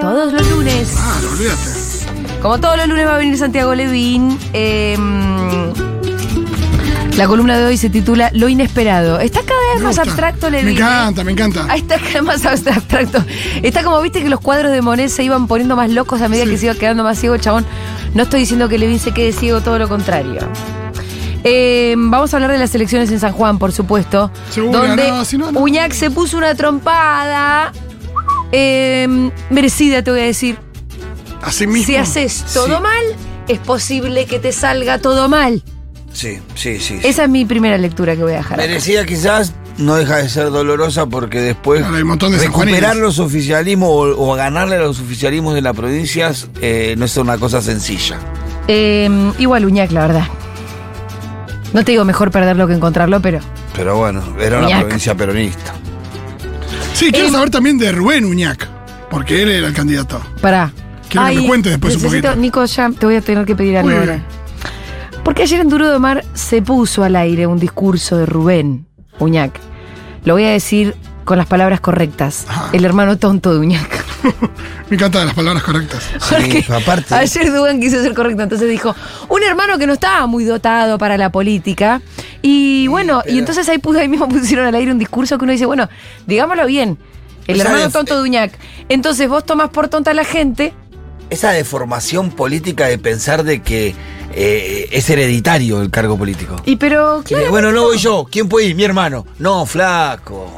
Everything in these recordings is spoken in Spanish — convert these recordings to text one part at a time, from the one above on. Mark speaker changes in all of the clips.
Speaker 1: Todos los lunes.
Speaker 2: Claro, Ah, olvídate.
Speaker 1: Como todos los lunes va a venir Santiago Levín. eh, la columna de hoy se titula Lo inesperado. Está cada vez
Speaker 2: Me
Speaker 1: más
Speaker 2: gusta.
Speaker 1: abstracto, Levín.
Speaker 2: Me
Speaker 1: ¿eh?
Speaker 2: encanta, me encanta.
Speaker 1: Ahí está cada vez más abstracto. Está como viste que los cuadros de Monet se iban poniendo más locos a medida
Speaker 2: Sí.
Speaker 1: que se iba quedando más ciego, el chabón. No estoy diciendo que Levín se quede ciego, todo lo contrario. Eh, vamos a hablar de las elecciones en San Juan, por supuesto.
Speaker 2: Seguro,
Speaker 1: donde
Speaker 2: no, si no, no.
Speaker 1: Uñac se puso una trompada. eh, merecida, te voy a decir.
Speaker 2: Así mismo.
Speaker 1: Si haces todo
Speaker 3: Sí.
Speaker 1: mal, es posible que te salga todo mal.
Speaker 3: Sí, sí, sí. sí.
Speaker 1: Esa es mi primera lectura que voy a dejar. acá.
Speaker 3: Merecida quizás no deja de ser dolorosa porque después
Speaker 2: Claro, hay un montón de
Speaker 3: recuperar
Speaker 2: sanjuaninos.
Speaker 3: los oficialismos o, o ganarle a los oficialismos de las provincias eh, no es una cosa sencilla.
Speaker 1: Eh, igual Uñac, la verdad. No te digo mejor perderlo que encontrarlo, pero.
Speaker 3: Pero bueno, era una
Speaker 1: Uñac.
Speaker 3: provincia peronista.
Speaker 2: Sí, quiero
Speaker 1: Eh.
Speaker 2: saber también de Rubén Uñac, porque él era el candidato.
Speaker 1: Pará.
Speaker 2: Quiero que me cuentes después un
Speaker 1: necesito-
Speaker 2: poquito.
Speaker 1: Nico, ya te voy a tener que pedir algo
Speaker 2: Muy
Speaker 1: ahora.
Speaker 2: bien.
Speaker 1: Porque ayer en Duro de Mar se puso al aire un discurso de Rubén Uñac. Lo voy a decir con las palabras correctas.
Speaker 2: Ajá.
Speaker 1: El hermano tonto de Uñac.
Speaker 2: Me encantan las palabras correctas.
Speaker 1: Porque
Speaker 3: pero aparte-
Speaker 1: ayer Dugan quiso ser correcto, entonces dijo, un hermano que no estaba muy dotado para la política. Y bueno, y entonces ahí, puso, ahí mismo pusieron al aire un discurso que uno dice, bueno, digámoslo bien, el
Speaker 3: Esa
Speaker 1: hermano
Speaker 3: def-
Speaker 1: tonto de Uñac. Entonces vos tomás por tonta a la gente,
Speaker 3: Esa deformación política de pensar de que eh, es hereditario el cargo político.
Speaker 1: y pero
Speaker 3: Y de,
Speaker 1: claro.
Speaker 3: bueno, no voy yo. ¿Quién puede ir? Mi hermano. No, flaco.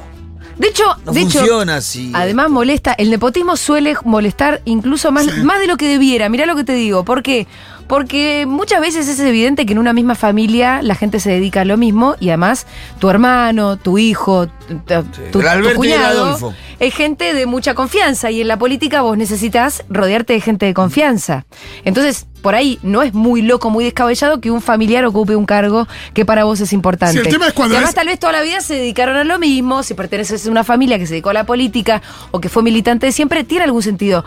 Speaker 1: De hecho,
Speaker 3: No
Speaker 1: de hecho,
Speaker 3: funciona así.
Speaker 1: Además molesta, el nepotismo suele molestar incluso más,
Speaker 2: Sí.
Speaker 1: más de lo que debiera, mirá lo que te digo, ¿por qué? Porque muchas veces es evidente que en una misma familia la gente se dedica a lo mismo y además tu hermano, tu hijo, tu, tu-
Speaker 3: el
Speaker 1: tu
Speaker 3: Alberto y el
Speaker 1: cuñado
Speaker 3: Adolfo.
Speaker 1: es gente de mucha confianza y en la política vos necesitas rodearte de gente de confianza. Entonces, por ahí no es muy loco, muy descabellado que un familiar ocupe un cargo que para vos es importante.
Speaker 2: Sí, el tema es cuando
Speaker 1: Y además
Speaker 2: es-
Speaker 1: tal vez toda la vida se dedicaron a lo mismo, si perteneces a una familia que se dedicó a la política o que fue militante de siempre, tiene algún sentido.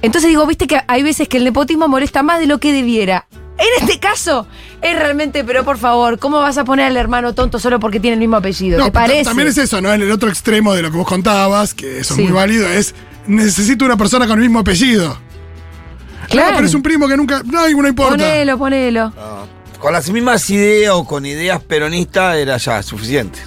Speaker 1: Entonces digo, viste que hay veces que el nepotismo molesta más de lo que debiera. En este caso, es realmente, pero por favor, ¿cómo vas a poner al hermano tonto solo porque tiene el mismo apellido? ¿Te
Speaker 2: ta-
Speaker 1: parece?
Speaker 2: También es eso, ¿no? En el otro extremo de lo que vos contabas, que eso
Speaker 1: Sí.
Speaker 2: es muy válido, es necesito una persona con el mismo apellido.
Speaker 1: claro.
Speaker 2: Ah, pero es un primo que nunca. No, no importa.
Speaker 1: Ponelo, ponelo.
Speaker 3: Con las mismas ideas o con ideas peronistas era ya suficiente.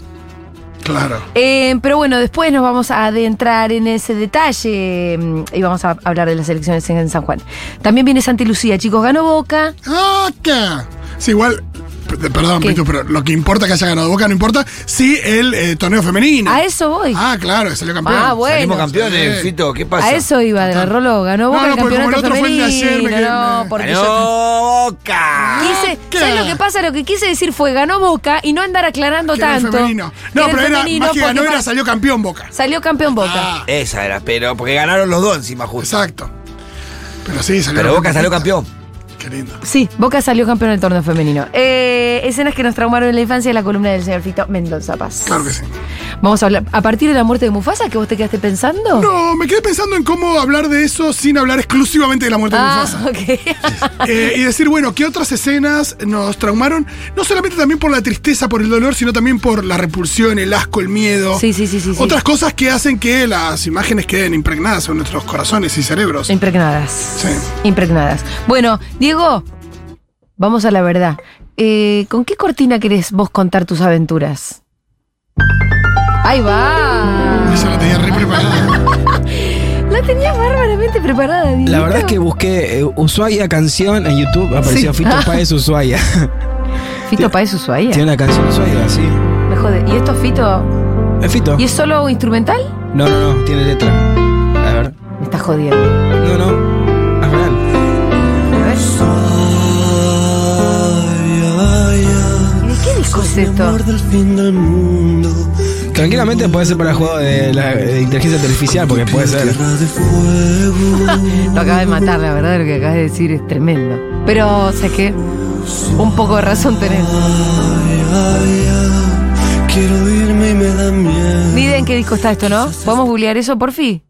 Speaker 2: Claro.
Speaker 1: Eh, pero bueno, después nos vamos a adentrar en ese detalle mm, y vamos a hablar de las elecciones en San Juan. También viene Santi Lucía, chicos, ganó Boca.
Speaker 2: Acá. Sí, igual. p- Perdón,
Speaker 1: ¿Qué?
Speaker 2: Pitu, pero lo que importa que haya ganado Boca no importa. Sí, el eh, torneo femenino.
Speaker 1: A eso voy.
Speaker 2: Ah, claro, salió campeón.
Speaker 1: Ah, bueno.
Speaker 3: Salimos campeones,
Speaker 2: sí.
Speaker 3: Fito, ¿qué pasa?
Speaker 1: a eso iba, de Rolo, ganó Boca
Speaker 2: No, no,
Speaker 1: el
Speaker 2: porque como
Speaker 1: campeonato
Speaker 2: el otro fue el de
Speaker 1: femenino.
Speaker 2: ayer, me quedé- Ah,
Speaker 1: no,
Speaker 2: me-
Speaker 1: porque yo
Speaker 3: ¡Ganó Boca!
Speaker 1: quise,
Speaker 2: ¿Qué?
Speaker 1: ¿sabes lo que pasa? Lo que quise decir fue ganó Boca y no andar aclarando
Speaker 2: Que era el
Speaker 1: tanto.
Speaker 2: femenino.
Speaker 1: Que
Speaker 2: No,
Speaker 1: era el
Speaker 2: pero era
Speaker 1: femenino
Speaker 2: más que
Speaker 1: porque
Speaker 2: ganó, era
Speaker 1: pa-
Speaker 2: salió campeón Boca.
Speaker 1: salió campeón Boca.
Speaker 2: Ah,
Speaker 3: Esa era, pero porque ganaron los dos encima justo.
Speaker 2: exacto. Pero sí, salió
Speaker 3: Pero Boca salió campeón.
Speaker 2: Qué lindo.
Speaker 1: Sí, Boca salió campeón del torneo femenino. Eh, escenas que nos traumaron en la infancia de la columna del señor Fito Mendoza Paz.
Speaker 2: Claro que sí.
Speaker 1: Vamos a hablar. A partir de la muerte de Mufasa, que vos te quedaste pensando.
Speaker 2: No, me quedé pensando en cómo hablar de eso sin hablar exclusivamente de la muerte de
Speaker 1: Ah,
Speaker 2: Mufasa.
Speaker 1: ok.
Speaker 2: Eh, y decir, bueno, ¿qué otras escenas nos traumaron? No solamente también por la tristeza, por el dolor, sino también por la repulsión, el asco, el miedo.
Speaker 1: Sí, sí, sí, sí, sí.
Speaker 2: Otras cosas que hacen que las imágenes queden impregnadas en nuestros corazones y cerebros.
Speaker 1: Impregnadas.
Speaker 2: Sí.
Speaker 1: Impregnadas. Bueno, Diego, vamos a la verdad. Eh, ¿Con qué cortina querés vos contar tus aventuras? Ahí va.
Speaker 2: Esa la tenía re preparada.
Speaker 1: La tenías bárbaramente preparada, Diego.
Speaker 4: La verdad es que busqué eh, Ushuaia canción en YouTube, apareció
Speaker 1: Sí. Ah,
Speaker 4: Fito Páez Ushuaia.
Speaker 1: Fito Paez Ushuaia.
Speaker 4: Tiene una canción Ushuaia, sí.
Speaker 1: Me jode. ¿Y esto es Fito?
Speaker 4: ¿Es Fito?
Speaker 1: ¿Y es solo instrumental?
Speaker 4: No, no, no, tiene letra. A ver.
Speaker 1: Me estás jodiendo.
Speaker 4: No, no. Es real.
Speaker 1: A ver. ¿Y ¿De qué disco es esto?
Speaker 4: Tranquilamente puede ser para juego de la de inteligencia artificial, porque puede ser.
Speaker 1: Lo acabas de matar, la verdad, lo que acabas de decir es tremendo. Pero, o sea que un poco de razón tenés. Ni idea en qué disco está esto, ¿no? ¿Podemos googlear eso por fin?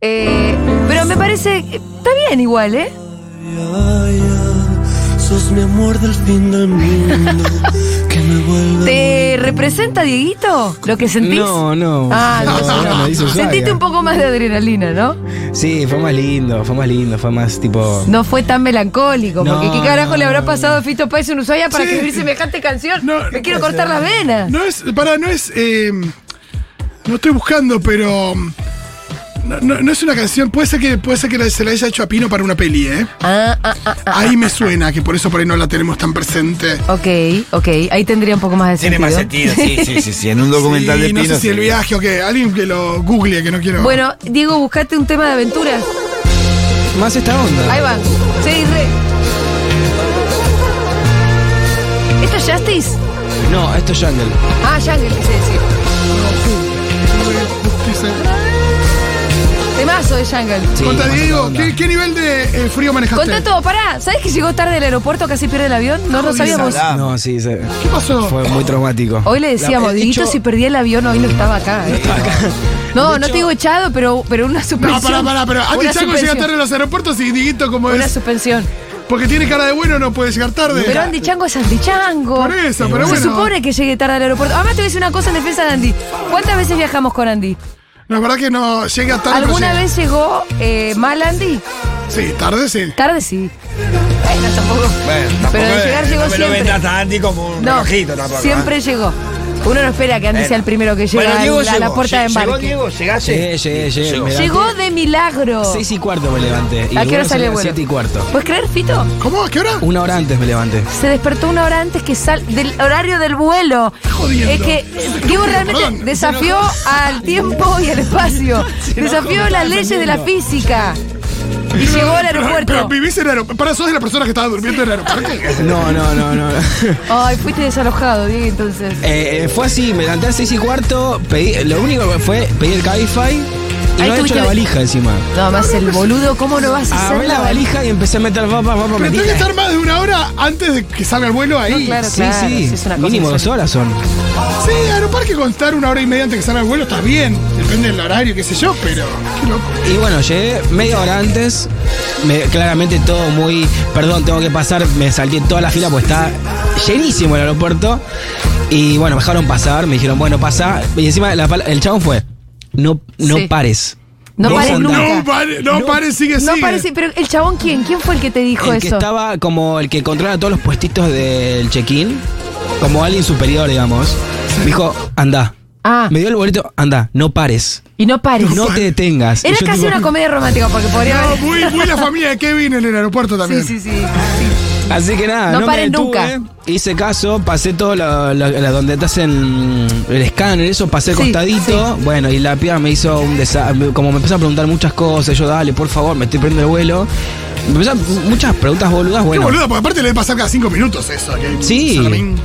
Speaker 1: Eh, pero me parece. Está bien igual, ¿eh?
Speaker 5: Sos mi amor del fin del mundo que me
Speaker 1: ¿Te representa, Dieguito, lo que sentís?
Speaker 4: No, no.
Speaker 1: Ah, no,
Speaker 4: No,
Speaker 1: no.
Speaker 4: no, me hizo Ushuaia.
Speaker 1: Sentiste un poco más de adrenalina, ¿no?
Speaker 4: Sí, fue más lindo, fue más lindo, fue más tipo.
Speaker 1: No fue tan melancólico,
Speaker 4: No,
Speaker 1: porque ¿qué carajo le habrá
Speaker 4: no,
Speaker 1: pasado a Fito Páez en Ushuaia para
Speaker 2: Sí.
Speaker 1: escribir semejante canción?
Speaker 2: No,
Speaker 1: Me
Speaker 2: no
Speaker 1: quiero
Speaker 2: puede
Speaker 1: cortar las venas.
Speaker 2: No es, para, no es. eh, no estoy buscando, pero. mm, No, no- no es una canción. Puede ser que, puede ser que la- se la haya hecho a Pino para una peli, ¿eh?
Speaker 1: Ah, ah, ah, ah.
Speaker 2: Ahí me suena, que por eso por ahí no la tenemos tan presente.
Speaker 1: Ok, ok, ahí tendría un poco más de
Speaker 3: Tiene
Speaker 1: sentido.
Speaker 3: más sentido, sí, sí, sí, sí. En un documental
Speaker 2: Sí,
Speaker 3: de
Speaker 2: no
Speaker 3: Pino.
Speaker 2: sé si el
Speaker 3: sí.
Speaker 2: viaje o qué. Alguien que lo google, que no quiero.
Speaker 1: Bueno, Diego, buscate un tema de aventura.
Speaker 4: Más esta onda.
Speaker 1: Ahí va. Sí, re. ¿Esto es Justice?
Speaker 4: No, esto es Jungle.
Speaker 1: Ah, Jungle, quise decir. Temazo de Jungle.
Speaker 4: Sí,
Speaker 2: Conta,
Speaker 4: más esta
Speaker 2: Diego,
Speaker 4: onda.
Speaker 2: ¿qué, qué nivel de eh, frío manejaste?
Speaker 1: Contá todo, pará. ¿Sabes que llegó tarde al aeropuerto? Casi pierde el avión. No lo
Speaker 2: Jodida.
Speaker 1: sabíamos.
Speaker 3: Ah.
Speaker 4: No, sí, se-
Speaker 2: ¿Qué pasó?
Speaker 4: fue muy traumático.
Speaker 1: Hoy le decíamos,
Speaker 4: La- el
Speaker 1: Dieguito,
Speaker 4: dicho-
Speaker 1: si perdía el avión, hoy no estaba acá. ¿eh? No, no te digo echado, pero, pero una
Speaker 2: No,
Speaker 1: suspensión.
Speaker 2: pará, pará, pero
Speaker 1: Una
Speaker 2: Andy Chaco llega
Speaker 1: suspensión.
Speaker 2: tarde a los aeropuertos y Diguito como
Speaker 1: Una
Speaker 2: es.
Speaker 1: suspensión.
Speaker 2: Porque tiene cara de bueno, no puede llegar tarde.
Speaker 1: Pero Andy Chango es Andy Chango.
Speaker 2: Por eso, pero
Speaker 1: Se
Speaker 2: bueno.
Speaker 1: supone que llegue tarde al aeropuerto. Además, te voy a decir una cosa en defensa de Andy. ¿Cuántas veces viajamos con Andy?
Speaker 2: No, es verdad que no llega tarde. pero
Speaker 1: ¿Alguna
Speaker 2: llega.
Speaker 1: vez llegó eh, mal Andy?
Speaker 2: Sí, tarde sí.
Speaker 1: Tarde sí. Bueno, tampoco.
Speaker 3: Bueno, tampoco
Speaker 1: Pero de
Speaker 3: es-
Speaker 1: llegar llegó
Speaker 3: no me lo
Speaker 1: siempre.
Speaker 3: vendas a Andy como un
Speaker 1: No,
Speaker 3: relojito tampoco.
Speaker 1: siempre
Speaker 3: ¿eh?
Speaker 1: llegó. Uno no espera que Andy
Speaker 3: Bueno.
Speaker 1: sea el primero que llega
Speaker 3: Bueno,
Speaker 1: al-
Speaker 3: Diego
Speaker 1: a la
Speaker 3: llegó.
Speaker 1: puerta de
Speaker 3: Llegó
Speaker 1: embarque.
Speaker 3: Diego,
Speaker 4: Llegué,
Speaker 3: llegaste.
Speaker 4: llegué, llegué.
Speaker 3: Llegó.
Speaker 4: me levanté.
Speaker 1: Llegó de milagro.
Speaker 4: Seis y cuarto me levanté. Y
Speaker 1: ¿A qué hora
Speaker 4: el
Speaker 1: sale el
Speaker 4: a las
Speaker 1: vuelo?
Speaker 4: Siete y cuarto.
Speaker 1: ¿Puedes creer, Fito?
Speaker 2: ¿Cómo? ¿A qué hora?
Speaker 4: Una hora antes me levanté.
Speaker 1: Se despertó una hora antes que sal del horario del vuelo.
Speaker 2: jodiendo.
Speaker 1: Es que Diego realmente
Speaker 2: Perdón.
Speaker 1: desafió al tiempo y al espacio. Desafió las leyes de la física. Y llegó al
Speaker 2: Pero- Pero
Speaker 1: aeropuerto.
Speaker 2: vivís en el aeropuerto. Para, sos de la persona que estaba durmiendo en el aeropuerto.
Speaker 4: No, no, no, no. no.
Speaker 1: Ay, fuiste desalojado, Diego, entonces.
Speaker 4: Eh, eh, fue así, me levanté a las 6 y cuarto, pedí, lo único que fue pedir el Cabify y
Speaker 1: Ahí
Speaker 4: no he hecho
Speaker 1: tuviste-
Speaker 4: la valija encima.
Speaker 1: No, más el boludo, ¿cómo no vas a
Speaker 4: Abrí
Speaker 1: hacer
Speaker 4: la valija y empecé a meter papas, papas,
Speaker 2: Pero tengo que
Speaker 4: metidas.
Speaker 2: estar más de una hora antes de que salga el vuelo ahí.
Speaker 1: No, claro.
Speaker 4: Sí, sí,
Speaker 1: sí, es una cosa
Speaker 4: mínimo dos
Speaker 1: insólita.
Speaker 4: horas son.
Speaker 2: Sí, aeroparque contar una hora y media antes que salga el vuelo está bien. Depende del horario, qué sé yo, pero. Qué loco.
Speaker 4: Y bueno, llegué media hora antes, me- claramente todo muy, perdón, tengo que pasar, me salté toda la fila porque está llenísimo el aeropuerto. Y bueno, me dejaron pasar, me dijeron, bueno, pasa. Y encima la pala- el chabón fue, no, no
Speaker 1: Sí.
Speaker 4: pares.
Speaker 1: No
Speaker 4: Vos
Speaker 1: pares
Speaker 4: andá.
Speaker 1: nunca.
Speaker 2: No, pare, no, pare, sigue, sigue.
Speaker 1: No parece, pero el chabón quién, quién fue el que te dijo
Speaker 4: el que
Speaker 1: eso?
Speaker 4: estaba como el que controla todos los puestitos del check-in, como alguien superior, digamos, me dijo, anda.
Speaker 1: Ah,
Speaker 4: Me dio el boleto, anda, no pares,
Speaker 1: y no pares.
Speaker 4: no te detengas. Y
Speaker 1: Era
Speaker 4: yo
Speaker 1: casi
Speaker 4: tipo,
Speaker 1: una comedia romántica porque podría
Speaker 2: No,
Speaker 1: haber.
Speaker 2: muy, muy la familia de Kevin en el aeropuerto
Speaker 1: Sí,
Speaker 2: también.
Speaker 1: sí, sí, sí.
Speaker 4: Así que nada,
Speaker 1: No
Speaker 4: no,
Speaker 1: pares
Speaker 4: me detuve,
Speaker 1: nunca.
Speaker 4: Hice caso, pasé todo lo, lo- lo- donde te hacen el escáner, eso, pasé el
Speaker 1: Sí,
Speaker 4: costadito. Bueno, y la piba me hizo un desastre. Como me empezó a preguntar muchas cosas, yo, dale, por favor, me estoy perdiendo el vuelo. Me empezó a- muchas preguntas boludas,
Speaker 2: Qué
Speaker 4: bueno.
Speaker 2: boludo, porque aparte le debe pasar cada cinco minutos eso. ¿eh? que-
Speaker 4: Sí.
Speaker 2: Salamín.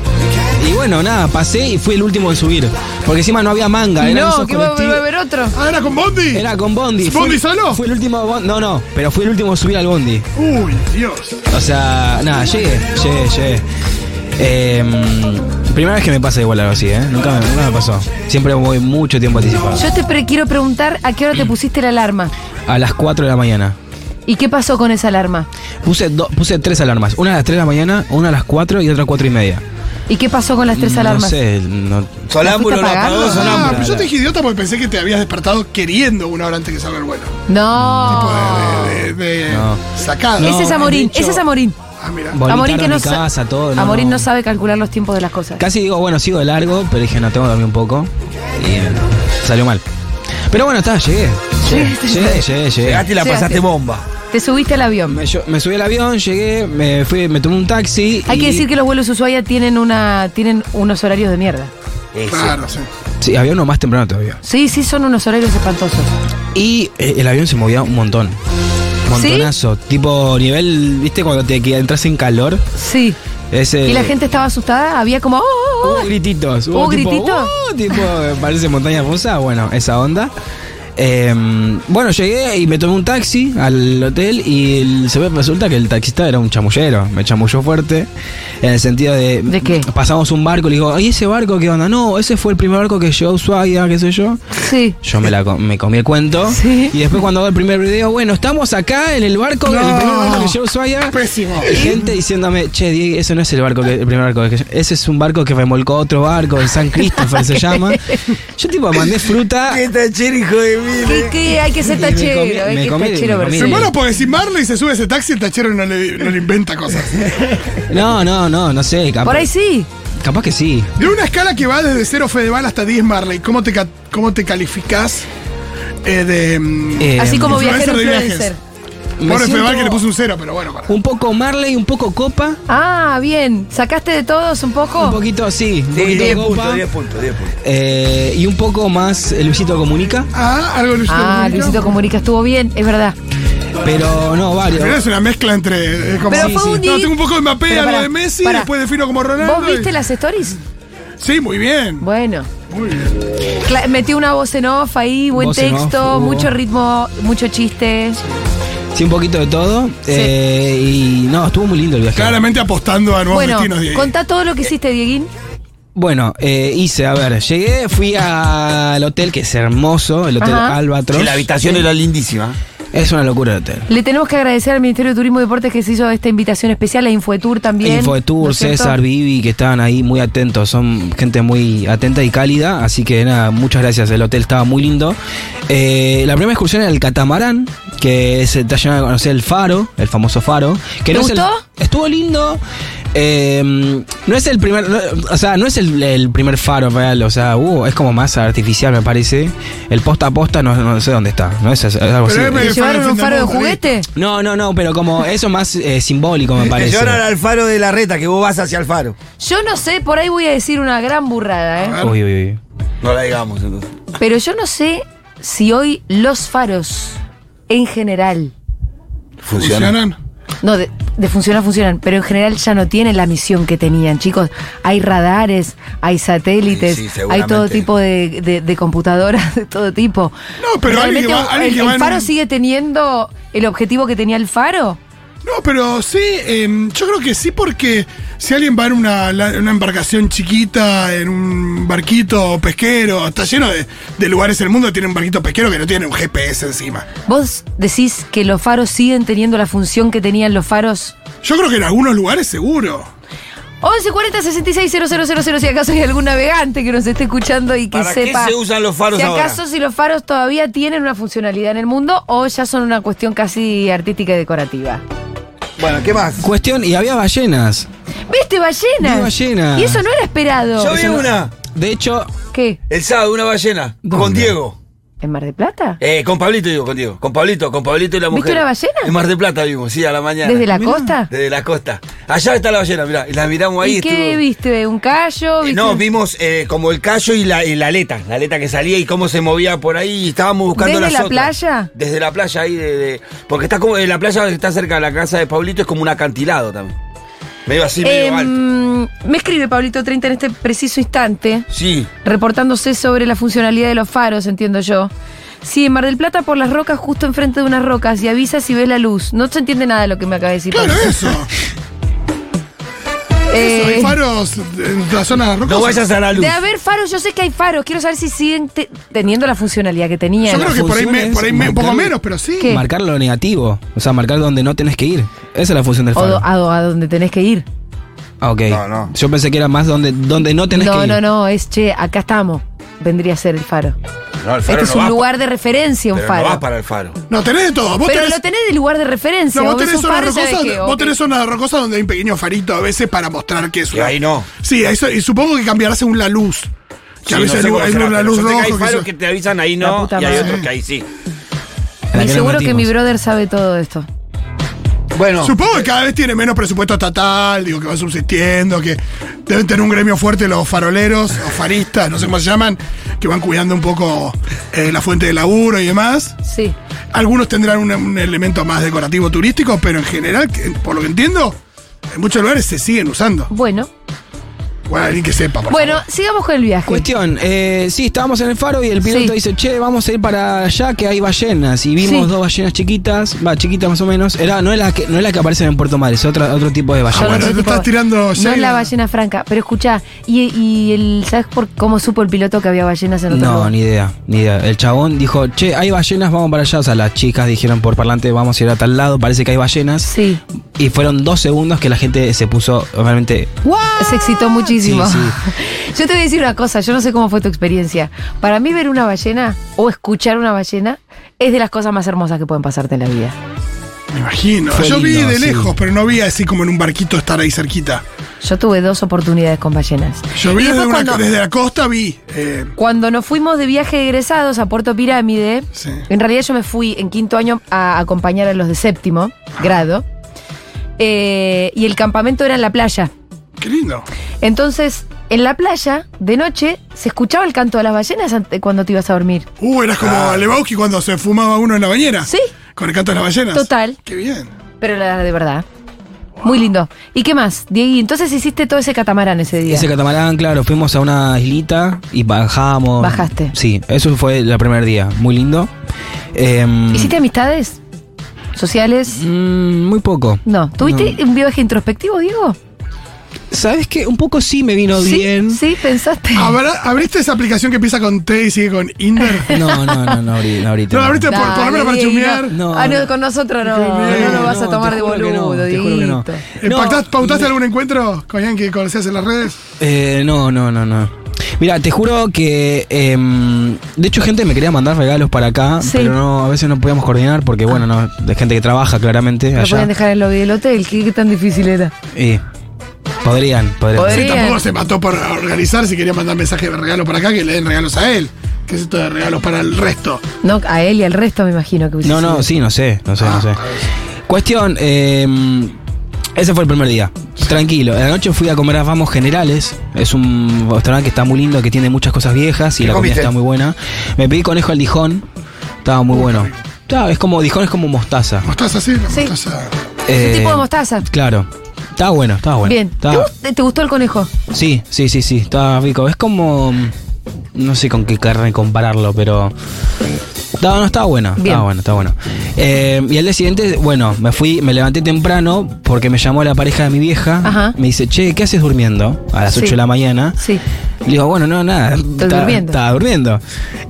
Speaker 4: Y bueno, nada, pasé y fui el último en subir. Porque encima no había manga, era
Speaker 1: No,
Speaker 4: esos
Speaker 1: que va,
Speaker 4: colectivos-
Speaker 1: va a haber otro.
Speaker 2: Ah, era con Bondi.
Speaker 4: Era con Bondi.
Speaker 2: ¿Bondi
Speaker 4: Fui-
Speaker 2: solo?
Speaker 4: Fui el último. bon- No, no, pero fui el último en subir al Bondi.
Speaker 2: Uy, Dios.
Speaker 4: O sea, nada, llegué, llegué, llegué. Eh, primera vez que me pasa igual algo así, ¿eh? Nunca me, nunca me pasó. Siempre voy mucho tiempo anticipado.
Speaker 1: Yo te pre- quiero preguntar a qué hora te pusiste la alarma.
Speaker 4: A las 4 de la mañana.
Speaker 1: ¿Y qué pasó con esa alarma?
Speaker 4: Puse, do- puse tres alarmas. Una a las 3 de la mañana, una a las 4 y otra a 4 y media.
Speaker 1: ¿Y qué pasó con las tres
Speaker 4: Mm, No
Speaker 1: alarmas?
Speaker 4: sé, no...
Speaker 3: Solámbulo
Speaker 1: ¿La
Speaker 3: lo
Speaker 1: fuiste apagando?
Speaker 3: apagó,
Speaker 2: Ah,
Speaker 3: solámbulo.
Speaker 2: pero yo te dije idiota porque pensé que te habías despertado queriendo una hora antes que salga el vuelo.
Speaker 1: No.
Speaker 2: De, de-
Speaker 4: No.
Speaker 2: sacado.
Speaker 1: ese es
Speaker 4: No,
Speaker 1: Amorín,
Speaker 4: de hecho-
Speaker 1: ese es Amorín.
Speaker 2: Ah, mira.
Speaker 4: Bueno,
Speaker 1: Amorín
Speaker 4: invitaron
Speaker 1: que
Speaker 4: a
Speaker 1: no,
Speaker 4: mi
Speaker 1: sa-
Speaker 4: casa, todo, no,
Speaker 1: Amorín
Speaker 4: no.
Speaker 1: no sabe calcular los tiempos de las cosas.
Speaker 4: Casi digo, bueno, sigo de largo, pero dije, no, tengo que dormir un poco. Y eh, salió mal. Pero bueno, está, llegué. Llegué, llegué, llegué.
Speaker 3: Llegaste y la
Speaker 1: Llegaste.
Speaker 3: pasaste bomba.
Speaker 1: Te subiste al avión.
Speaker 4: Me, yo- me subí al avión, llegué, me fui, me tomé un taxi.
Speaker 1: Hay
Speaker 4: y-
Speaker 1: que decir que los vuelos a Ushuaia tienen una tienen unos horarios de mierda.
Speaker 3: Eh, sí.
Speaker 2: Claro, sí.
Speaker 4: Sí, había uno más temprano todavía.
Speaker 1: Sí, sí, son unos horarios espantosos.
Speaker 4: Y eh, el avión se movía un montón. Montonazo. Tipo nivel, ¿viste? Cuando te que entras en calor. eh,
Speaker 1: Sí.
Speaker 4: Ese,
Speaker 1: Y la gente estaba asustada, había como... "Oh, oh, oh".
Speaker 4: Hubo grititos.
Speaker 1: ¿Hubo
Speaker 4: tipo,
Speaker 1: grititos?
Speaker 4: "Uh", tipo, eh, parece montaña rusa. Bueno, esa onda. Eh, bueno, llegué y me tomé un taxi al hotel y el- se ve- resulta que el taxista era un chamullero. Me chamulló fuerte en el sentido de.
Speaker 1: ¿De qué?
Speaker 4: Pasamos un barco y le digo, ¿y ese barco qué onda? No, ese fue el primer barco que llegó a Ushuaia, qué sé yo.
Speaker 1: Sí.
Speaker 4: Yo me, la co- me comí el cuento.
Speaker 1: Sí.
Speaker 4: Y después cuando hago el primer video, bueno, estamos acá en el barco, el
Speaker 2: No.
Speaker 4: primer barco que llegó a Ushuaia.
Speaker 2: Pésimo.
Speaker 4: Y gente diciéndome, che, Diego, ese no es el barco que, el primer barco que ese es un barco que remolcó otro barco, el San Christopher se llama. Yo tipo mandé fruta.
Speaker 3: ¿Qué tachero, hijo de mil?
Speaker 1: ¿Qué, qué? Hay que ser
Speaker 4: Y me
Speaker 1: tachero,
Speaker 4: comí-
Speaker 1: hay
Speaker 4: me
Speaker 1: que
Speaker 4: comí-
Speaker 1: ser tachero
Speaker 4: me comí-
Speaker 2: Se
Speaker 1: versus.
Speaker 4: Sí.
Speaker 2: muero por decir Marley se sube a ese taxi, el tachero no le, no le inventa cosas.
Speaker 4: No, no, no, no sé. Capaz,
Speaker 1: Por ahí sí.
Speaker 4: capaz que sí.
Speaker 2: De una escala que va desde 0 Fedeval hasta 10 Marley, ¿cómo te, ca- cómo te calificás eh, de. mm,
Speaker 4: Eh,
Speaker 1: Así como
Speaker 2: influencer
Speaker 1: viajero
Speaker 2: de viajes.
Speaker 1: influencer.
Speaker 4: Me
Speaker 2: Pobre
Speaker 4: siento
Speaker 2: Fedeval que le puso un cero, pero bueno, para.
Speaker 4: un poco Marley, un poco copa.
Speaker 1: Ah, bien. ¿Sacaste de todos un poco?
Speaker 4: Un poquito, sí. Un
Speaker 3: Sí,
Speaker 4: poquito
Speaker 3: 10
Speaker 4: copa.
Speaker 3: puntos, 10 puntos, 10 puntos.
Speaker 4: eh, y un poco más eh, Luisito Comunica.
Speaker 2: Ah, algo de Luisito
Speaker 1: ah,
Speaker 2: Comunica.
Speaker 1: Luisito Comunica estuvo bien, es verdad.
Speaker 4: Pero no, varios.
Speaker 2: Pero es una mezcla entre. eh, como-
Speaker 1: Pero
Speaker 4: Sí,
Speaker 1: fue
Speaker 4: sí.
Speaker 1: un
Speaker 2: No, tengo un poco de Mbappé,
Speaker 1: Pero
Speaker 2: algo
Speaker 1: pará,
Speaker 2: de Messi,
Speaker 1: pará.
Speaker 2: después defino como Ronaldo.
Speaker 1: ¿Vos viste
Speaker 4: eh.
Speaker 2: y-
Speaker 1: las stories?
Speaker 2: Sí, muy bien.
Speaker 1: Bueno.
Speaker 2: Muy bien.
Speaker 1: Cla- Metí una voz en off ahí, buen
Speaker 4: Voz en off, oh.
Speaker 1: texto,
Speaker 4: hubo.
Speaker 1: mucho ritmo, mucho chiste.
Speaker 4: Sí, un poquito de todo. eh, y no, estuvo muy lindo el viaje.
Speaker 2: Claramente apostando a nuevos
Speaker 1: Bueno,
Speaker 2: destinos, Diego.
Speaker 1: contá todo lo que hiciste, Dieguín.
Speaker 4: Bueno, eh, hice, a ver, llegué, fui al hotel que es hermoso, el hotel
Speaker 1: Ajá.
Speaker 4: Albatros.
Speaker 3: Sí, la habitación era lindísima.
Speaker 4: Es una locura el hotel.
Speaker 1: Le tenemos que agradecer al Ministerio de Turismo y Deportes que se hizo esta invitación especial a Infoetour también. ¿no
Speaker 4: Infotour,
Speaker 1: es cierto?
Speaker 4: César, Vivi, que estaban ahí muy atentos, son gente muy atenta y cálida, así que nada, muchas gracias, el hotel estaba muy lindo. Eh, la primera excursión era el catamarán, que se te ayudan a conocer el faro, el famoso faro. Que
Speaker 1: ¿Te
Speaker 4: no es el-
Speaker 1: gustó?
Speaker 4: estuvo lindo. eh, no es el primer, no, o sea, no es el, el primer faro real, o sea, uh, es como más artificial me parece. El posta a posta no, no sé dónde está, no es, es algo así.
Speaker 2: Pero es
Speaker 1: ¿Te
Speaker 2: medio-
Speaker 1: llevaron un faro de juguete?
Speaker 4: No, no, no, pero como eso más eh, simbólico me
Speaker 3: Te
Speaker 4: parece.
Speaker 3: lloran al faro de la reta, que vos vas hacia el faro.
Speaker 1: Yo no sé, por ahí voy a decir una gran burrada, ¿eh?
Speaker 4: Uy, uy, uy.
Speaker 3: No la digamos entonces.
Speaker 1: Pero yo no sé si hoy los faros, en general,
Speaker 2: Funcionan.
Speaker 1: no, de, de funcionar funcionan, pero en general ya no tienen la misión que tenían, chicos. Hay radares, hay satélites,
Speaker 3: Sí, sí,
Speaker 1: hay
Speaker 3: seguramente.
Speaker 1: todo tipo de, de- de computadoras, de todo tipo.
Speaker 2: No, pero alguien que va-
Speaker 1: ¿el-
Speaker 2: alguien que
Speaker 1: el,
Speaker 2: va en
Speaker 1: faro
Speaker 2: un-
Speaker 1: sigue teniendo el objetivo que tenía el faro?
Speaker 2: No, pero sí, em, yo creo que sí porque si alguien va en una, la- en una embarcación chiquita, en un barquito pesquero, está lleno de, de lugares en el mundo que tienen un barquito pesquero que no tiene un GPS encima.
Speaker 1: ¿Vos decís que los faros siguen teniendo la función que tenían los faros?
Speaker 2: Yo creo que en algunos lugares seguro.
Speaker 1: 1140 66 si acaso hay algún navegante que nos esté escuchando y que
Speaker 3: ¿Para qué
Speaker 1: sepa
Speaker 3: se usan los faros
Speaker 1: si
Speaker 3: ahora?
Speaker 1: acaso si los faros todavía tienen una funcionalidad en el mundo o ya son una cuestión casi artística y decorativa.
Speaker 3: Bueno, ¿qué más?
Speaker 4: Cuestión, y había ballenas.
Speaker 1: ¿Viste ballenas?
Speaker 4: Vi ballenas.
Speaker 1: Y eso no era esperado.
Speaker 3: Yo vi una,
Speaker 4: De hecho,
Speaker 1: ¿Qué?
Speaker 3: el sábado, una ballena, con
Speaker 4: ¿Dónde?
Speaker 3: Diego.
Speaker 1: ¿En Mar de Plata?
Speaker 3: Eh, con Pablito digo, con Diego. Con Pablito, con Pablito y la
Speaker 1: ¿Viste
Speaker 3: mujer.
Speaker 1: una ballena?
Speaker 3: En Mar del Plata vimos, sí, a la mañana.
Speaker 1: ¿Desde la costa?
Speaker 3: Desde la costa. Allá está la ballena, mirá, y la miramos ahí.
Speaker 1: ¿Y qué
Speaker 3: estuvo-
Speaker 1: viste? ¿Un callo?
Speaker 3: Eh,
Speaker 1: ¿Viste
Speaker 3: No,
Speaker 1: un-
Speaker 3: vimos eh, como el callo y la, y la aleta, la aleta que salía y cómo se movía por ahí y estábamos
Speaker 1: ¿Desde
Speaker 3: buscando las
Speaker 1: la
Speaker 3: otras.
Speaker 1: playa?
Speaker 3: Desde la playa ahí de, de- porque está como en la playa que está cerca de la casa de Pablito es como un acantilado también. Medio así, medio alto.
Speaker 1: Em, me escribe Pablito 30 en este preciso instante.
Speaker 3: Sí.
Speaker 1: reportándose sobre la funcionalidad de los faros, entiendo yo. Sí, en Mar del Plata por las rocas, justo enfrente de unas rocas, y avisa si ves la luz. No se entiende nada de lo que me acaba de decir.
Speaker 2: Claro,
Speaker 1: Pablo.
Speaker 2: eso.
Speaker 1: Eh,
Speaker 2: Eso, hay faros en la zona de las rocas.
Speaker 3: No vayas a la luz.
Speaker 1: de haber faros, yo sé que hay faros. Quiero saber si siguen te- teniendo la funcionalidad que
Speaker 2: Yo
Speaker 1: tenían.
Speaker 2: creo
Speaker 4: las
Speaker 2: que por ahí, me-
Speaker 4: funciones,
Speaker 2: por ahí me- un poco
Speaker 4: marcar-
Speaker 2: menos, pero sí.
Speaker 1: ¿Qué?
Speaker 4: marcar lo negativo. O sea, marcar donde no tenés que ir. Esa es la función del
Speaker 1: O do- ah.
Speaker 4: faro.
Speaker 1: a, do- a donde tenés que ir.
Speaker 4: Ah, ok.
Speaker 3: No, no.
Speaker 4: Yo pensé que era más donde, donde no tenés que
Speaker 1: No,
Speaker 4: ir.
Speaker 1: no, no, es che, acá estamos. Vendría a ser el faro.
Speaker 3: No, el
Speaker 1: este es
Speaker 3: no
Speaker 1: un
Speaker 3: va
Speaker 1: lugar de referencia,
Speaker 3: pa-
Speaker 1: un
Speaker 3: pero
Speaker 1: faro.
Speaker 3: No vas para el faro.
Speaker 2: No, tenés de todo. Vos
Speaker 1: pero
Speaker 2: tenés,
Speaker 1: lo tenés de lugar de referencia.
Speaker 2: no, vos
Speaker 1: vos ves
Speaker 2: tenés
Speaker 1: un
Speaker 2: zonas
Speaker 1: faro y sabés
Speaker 2: rocosas,
Speaker 1: que,
Speaker 2: vos
Speaker 1: ok.
Speaker 2: tenés zonas rocosas donde hay un pequeño farito a veces para mostrar que es
Speaker 3: Y
Speaker 2: una-
Speaker 3: ahí no.
Speaker 2: Sí, eso, y supongo que cambiará según la luz. Que
Speaker 3: Sí,
Speaker 2: a veces
Speaker 3: no sé
Speaker 2: hay,
Speaker 3: cómo
Speaker 2: hay
Speaker 3: será,
Speaker 2: una
Speaker 3: pero
Speaker 2: luz
Speaker 3: yo sé que
Speaker 2: roja.
Speaker 3: Hay
Speaker 2: que
Speaker 3: faros
Speaker 2: se-
Speaker 3: que te avisan ahí
Speaker 1: La
Speaker 3: no
Speaker 1: puta
Speaker 3: y hay
Speaker 1: madre.
Speaker 3: otros que ahí sí.
Speaker 4: La
Speaker 1: Y
Speaker 4: nos
Speaker 1: seguro que mi
Speaker 4: metimos.
Speaker 1: brother sabe todo esto.
Speaker 3: Bueno,
Speaker 2: Supongo que cada vez tiene menos presupuesto estatal, digo que va subsistiendo, que deben tener un gremio fuerte los faroleros o faristas, no sé cómo se llaman, que van cuidando un poco eh, la fuente de laburo y demás.
Speaker 1: Sí.
Speaker 2: Algunos tendrán un, un elemento más decorativo turístico, pero en general, que- por lo que entiendo, en muchos lugares se siguen usando.
Speaker 1: Bueno.
Speaker 2: Bueno, alguien que sepa. por
Speaker 1: Bueno,
Speaker 2: favor.
Speaker 1: sigamos con el viaje.
Speaker 4: Cuestión, eh, sí, estábamos en el faro y el piloto
Speaker 1: Sí.
Speaker 4: dice, che, vamos a ir para allá que hay ballenas. Y vimos
Speaker 1: Sí.
Speaker 4: dos ballenas chiquitas, va, chiquitas más o menos. Era, no es la que, no es la que aparecen en Puerto Madre, es otra, otro tipo de
Speaker 1: Son
Speaker 4: ballena.
Speaker 2: Ah, bueno,
Speaker 1: otro
Speaker 2: te
Speaker 1: tipo-
Speaker 2: estás tirando
Speaker 1: No es
Speaker 2: shade.
Speaker 1: la ballena franca, pero escucha, y, y el, ¿sabes por cómo supo el piloto que había ballenas en otro
Speaker 4: No,
Speaker 1: lugar?
Speaker 4: ni idea, ni idea. El chabón dijo, che, hay ballenas, vamos para allá. O sea, las chicas dijeron por parlante, vamos a ir a tal lado, parece que hay ballenas.
Speaker 1: Sí,
Speaker 4: Y fueron dos segundos que la gente se puso realmente.
Speaker 1: se excitó muchísimo.
Speaker 4: Sí,
Speaker 1: Yo te voy a decir una cosa, yo no sé cómo fue tu experiencia. Para mí ver una ballena o escuchar una ballena es de las cosas más hermosas que pueden pasarte en la vida.
Speaker 2: Me imagino.
Speaker 4: Fue
Speaker 2: Yo vi
Speaker 4: lindo,
Speaker 2: de
Speaker 4: sí.
Speaker 2: lejos, pero no vi así como en un barquito estar ahí cerquita.
Speaker 1: Yo tuve dos oportunidades con ballenas.
Speaker 2: Yo vi
Speaker 1: Y
Speaker 2: desde,
Speaker 1: después
Speaker 2: una-
Speaker 1: cuando-
Speaker 2: desde la costa, vi. eh,
Speaker 1: Cuando nos fuimos de viaje de egresados a Puerto Pirámide,
Speaker 2: Sí.
Speaker 1: en realidad yo me fui en quinto año a acompañar a los de séptimo grado. eh, y el campamento era en la playa.
Speaker 2: qué lindo.
Speaker 1: Entonces, en la playa, de noche, se escuchaba el canto de las ballenas ante- cuando te ibas a dormir.
Speaker 2: Uh, eras como Lebowski cuando se fumaba uno en la bañera.
Speaker 1: Sí.
Speaker 2: Con el canto de las ballenas.
Speaker 1: Total.
Speaker 2: Qué bien.
Speaker 1: Pero la de verdad. Muy lindo. ¿Y qué más, Diego? Entonces hiciste todo ese catamarán ese día.
Speaker 4: Ese catamarán, claro, fuimos a una islita y bajamos.
Speaker 1: Bajaste.
Speaker 4: Sí, eso fue el primer día, muy lindo. Em,
Speaker 1: ¿Hiciste amistades? ¿Sociales?
Speaker 4: mm, muy poco.
Speaker 1: No. ¿Tuviste un viaje introspectivo, Diego?
Speaker 4: ¿Sabes qué? Un poco sí me vino
Speaker 1: sí,
Speaker 4: bien.
Speaker 1: sí, pensaste.
Speaker 2: ¿Habrá- ¿Abriste esa aplicación que empieza con T y sigue con Inder?
Speaker 4: No, no, no, no, abrí- no ahorita.
Speaker 2: No, abriste por, por
Speaker 1: Dale,
Speaker 2: lo menos para
Speaker 1: Dieguito.
Speaker 2: chumear.
Speaker 4: No,
Speaker 1: ah, no,
Speaker 4: no.
Speaker 1: con nosotros no.
Speaker 2: Qué bien.
Speaker 1: No lo vas a
Speaker 4: No,
Speaker 1: tomar
Speaker 4: te
Speaker 1: de
Speaker 4: juro que no,
Speaker 1: boludo,
Speaker 4: te juro que no.
Speaker 1: Dieguito.
Speaker 2: Eh,
Speaker 4: No.
Speaker 2: ¿pactás- ¿Pautaste algún encuentro con alguien que conocías en las redes?
Speaker 4: Eh, no, no, no, no. Mira, te juro que. em, de hecho, gente me quería mandar regalos para acá,
Speaker 1: Sí. Ah.
Speaker 4: pero no, a veces no podíamos coordinar porque, bueno, no, de gente que trabaja claramente
Speaker 1: Lo
Speaker 4: allá.
Speaker 1: podían dejar en el lobby del hotel. ¿Qué, qué tan difícil era?
Speaker 4: Y podrían, podrían.
Speaker 1: Podría-
Speaker 2: Sí,
Speaker 1: Bien.
Speaker 2: tampoco se mató por organizar si quería mandar mensajes de regalo para acá, que le den regalos a él. ¿Qué es esto de regalos para el resto?
Speaker 1: No, a él y al resto me imagino que hubiese
Speaker 4: No, no,
Speaker 1: sido.
Speaker 4: sí, no sé, no sé, no sé.
Speaker 1: Ah,
Speaker 4: Cuestión, em, ese fue el primer día. Tranquilo. En la noche fui a comer a Vamos Generales. Es un restaurante que está muy lindo, que tiene muchas cosas viejas y
Speaker 3: ¿Qué
Speaker 4: la comida
Speaker 3: comiste?
Speaker 4: está muy buena. Me pedí conejo al Dijón. Estaba muy bueno. Claro, es como, Dijón es como mostaza.
Speaker 2: ¿Mostaza así?
Speaker 1: Sí.
Speaker 2: Mostaza.
Speaker 1: ¿Qué
Speaker 4: Eh,
Speaker 1: tipo de mostaza?
Speaker 4: Claro. Estaba bueno, estaba bueno.
Speaker 1: Bien. ¿Te,
Speaker 4: Estaba-
Speaker 1: gust- te gustó el conejo?
Speaker 4: sí, sí, sí, sí, estaba rico. Es como. mm, No sé con qué carne compararlo, pero. Estaba, no, estaba bueno,
Speaker 1: Bien.
Speaker 4: estaba bueno, estaba bueno. Eh, y al día siguiente, bueno, me fui, me levanté temprano porque me llamó la pareja de mi vieja.
Speaker 1: Ajá.
Speaker 4: Me dice, che, ¿qué haces durmiendo? A las
Speaker 1: Sí.
Speaker 4: 8 de la mañana.
Speaker 1: Sí.
Speaker 4: Le digo, bueno, no, nada. estaba-
Speaker 1: durmiendo.
Speaker 4: Estaba durmiendo.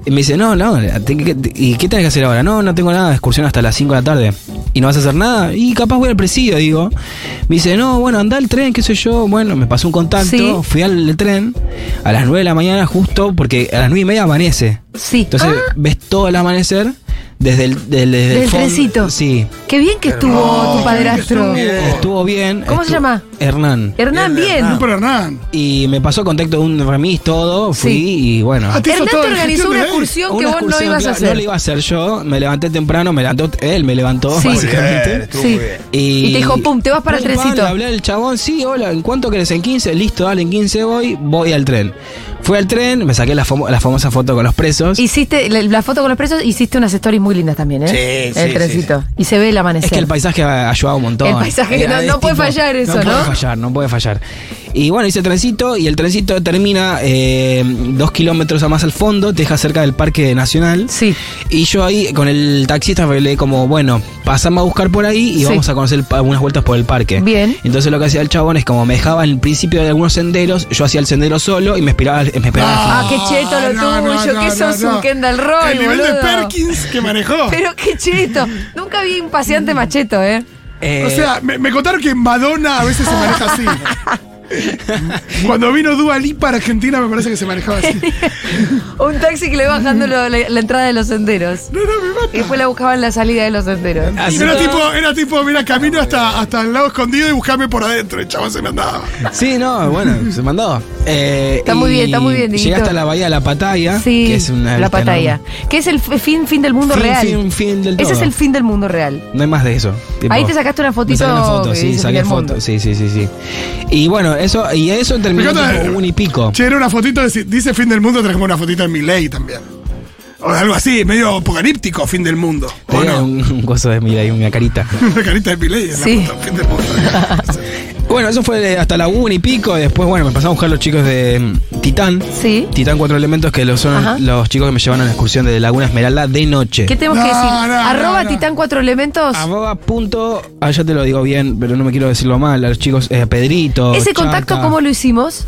Speaker 4: Y me dice, no, no, te- que- te- ¿y qué tenés que hacer ahora? No, no tengo nada, excursión hasta las 5 de la tarde. ¿Y no vas a hacer nada? Y capaz voy al presidio, digo. Me dice, no, bueno, anda al tren, qué sé yo. Bueno, me pasó un contacto,
Speaker 1: Sí.
Speaker 4: fui al tren a las 9 de la mañana justo, porque a las 9 y media amanece.
Speaker 1: Sí.
Speaker 4: Entonces
Speaker 1: Ah,
Speaker 4: ves todo el amanecer desde el, del- desde el
Speaker 1: Del
Speaker 4: fondo.
Speaker 1: trencito.
Speaker 4: Sí.
Speaker 1: qué bien que estuvo tu padrastro.
Speaker 2: estuvo.
Speaker 4: Estuvo bien.
Speaker 1: ¿Cómo se
Speaker 4: estuvo-
Speaker 1: llama? Er
Speaker 4: Hernán.
Speaker 1: Hernán, bien.
Speaker 2: No, pero Hernán.
Speaker 4: Y me pasó contacto de un remis, todo, fui
Speaker 1: Sí.
Speaker 4: y bueno.
Speaker 2: Ah, Te hizo
Speaker 1: Hernán te
Speaker 2: todo el
Speaker 1: organizó
Speaker 2: gestión
Speaker 1: una
Speaker 2: de él.
Speaker 1: excursión que
Speaker 4: Una
Speaker 1: vos no
Speaker 4: excursión,
Speaker 1: ibas a
Speaker 4: claro, No
Speaker 1: hacer.
Speaker 4: lo iba a hacer yo, me levanté temprano, me levantó, él me levantó,
Speaker 1: Sí.
Speaker 3: Bien,
Speaker 4: básicamente.
Speaker 3: estuvo
Speaker 1: Sí.
Speaker 3: muy bien.
Speaker 4: Y,
Speaker 1: Y te dijo, pum, te vas para el
Speaker 4: Pum, pam,
Speaker 1: trencito.
Speaker 4: le hablé al chabón, sí, hola, ¿en cuánto querés? ¿En 15? Listo, dale, en 15 voy, voy al tren. Fui al tren, me saqué la, famo- la famosa foto con los presos.
Speaker 1: Hiciste la, la foto con los presos, hiciste unas stories muy lindas también, ¿eh?
Speaker 3: Sí,
Speaker 1: El
Speaker 3: sí,
Speaker 1: trencito. Y se ve el amanecer.
Speaker 4: es que el paisaje ha ayudado un montón.
Speaker 1: El paisaje, no-
Speaker 4: de
Speaker 1: no puede fallar eso,
Speaker 4: No
Speaker 1: ¿no?
Speaker 4: puede fallar, no puede fallar. Y bueno, hice trencito y el trencito termina eh, dos kilómetros a más al fondo, te deja cerca del Parque Nacional.
Speaker 1: Sí.
Speaker 4: Y yo ahí con el taxista hablé como, bueno, pasame a buscar por ahí y
Speaker 1: Sí.
Speaker 4: vamos a conocer pa- algunas vueltas por el parque.
Speaker 1: Bien.
Speaker 4: Entonces lo que hacía el chabón es como me dejaba en el principio de algunos senderos, yo hacía el sendero solo y me esperaba, me esperaba al
Speaker 1: Ah,
Speaker 4: final.
Speaker 1: qué cheto lo tuyo, que sos un Kendall Roy,
Speaker 2: El nivel de
Speaker 1: boludo.
Speaker 2: Perkins que manejó.
Speaker 1: Pero qué cheto. Nunca vi un paseante macheto, ¿eh?
Speaker 4: Eh,
Speaker 2: o sea, me, me contaron que Madonna a veces se maneja así. Cuando vino Dua Lipa a Argentina me parece que se manejaba así.
Speaker 1: Un taxi que le va bajando lo- la, la entrada de los senderos.
Speaker 2: No, no, me mata.
Speaker 1: Y después la buscaban la salida de los senderos.
Speaker 4: así-
Speaker 2: Era tipo, era tipo, mira, camino hasta, hasta el lado escondido y buscame por adentro. El chaval se me andaba.
Speaker 4: Sí, no, bueno, se mandó. Eh,
Speaker 1: Está muy
Speaker 4: y
Speaker 1: bien, está muy bien,
Speaker 4: Llegué
Speaker 1: Dieguito.
Speaker 4: hasta la bahía de La Pataya,
Speaker 1: Sí,
Speaker 4: que es una
Speaker 1: la
Speaker 4: vista
Speaker 1: patalla.
Speaker 4: enorme.
Speaker 1: Que es el f- fin, fin del mundo
Speaker 4: Fin,
Speaker 1: real.
Speaker 4: fin, fin del
Speaker 1: Ese es
Speaker 4: todo.
Speaker 1: el fin del mundo real.
Speaker 4: No hay más de eso.
Speaker 1: Ahí te sacaste una fotito
Speaker 4: Me saqué una
Speaker 1: que
Speaker 4: foto, sí,
Speaker 1: dice Fin
Speaker 4: saqué
Speaker 1: del Mundo.
Speaker 4: foto. Sí, sí, sí, sí. Y bueno, eso, y eso terminó
Speaker 2: encanta-
Speaker 4: tipo un y pico.
Speaker 2: Che, era una fotito, de- dice fin del mundo, trajimos una fotito en mi ley también. O algo así, medio apocalíptico, fin del mundo. ¿O
Speaker 4: Tenía
Speaker 2: no?
Speaker 4: un, un coso de mira y una carita.
Speaker 2: Una carita de Milei en
Speaker 1: Sí.
Speaker 2: la foto, fin del mundo.
Speaker 4: Bueno, eso fue hasta la una y pico. Después, bueno, me pasaron a buscar los chicos de mm, Titán.
Speaker 1: Sí.
Speaker 4: Titán Cuatro Elementos, que lo son
Speaker 1: Ajá.
Speaker 4: los chicos que me llevaron a la excursión de Laguna Esmeralda de noche.
Speaker 1: ¿Qué tenemos
Speaker 2: No,
Speaker 1: que decir?
Speaker 2: no, no,
Speaker 1: Arroba
Speaker 2: no.
Speaker 1: Titán Cuatro Elementos.
Speaker 4: Arroba punto, ah, ya te lo digo bien, pero no me quiero decirlo mal, a los chicos, eh, a Pedrito.
Speaker 1: ¿Ese
Speaker 4: Chaca.
Speaker 1: contacto cómo lo hicimos?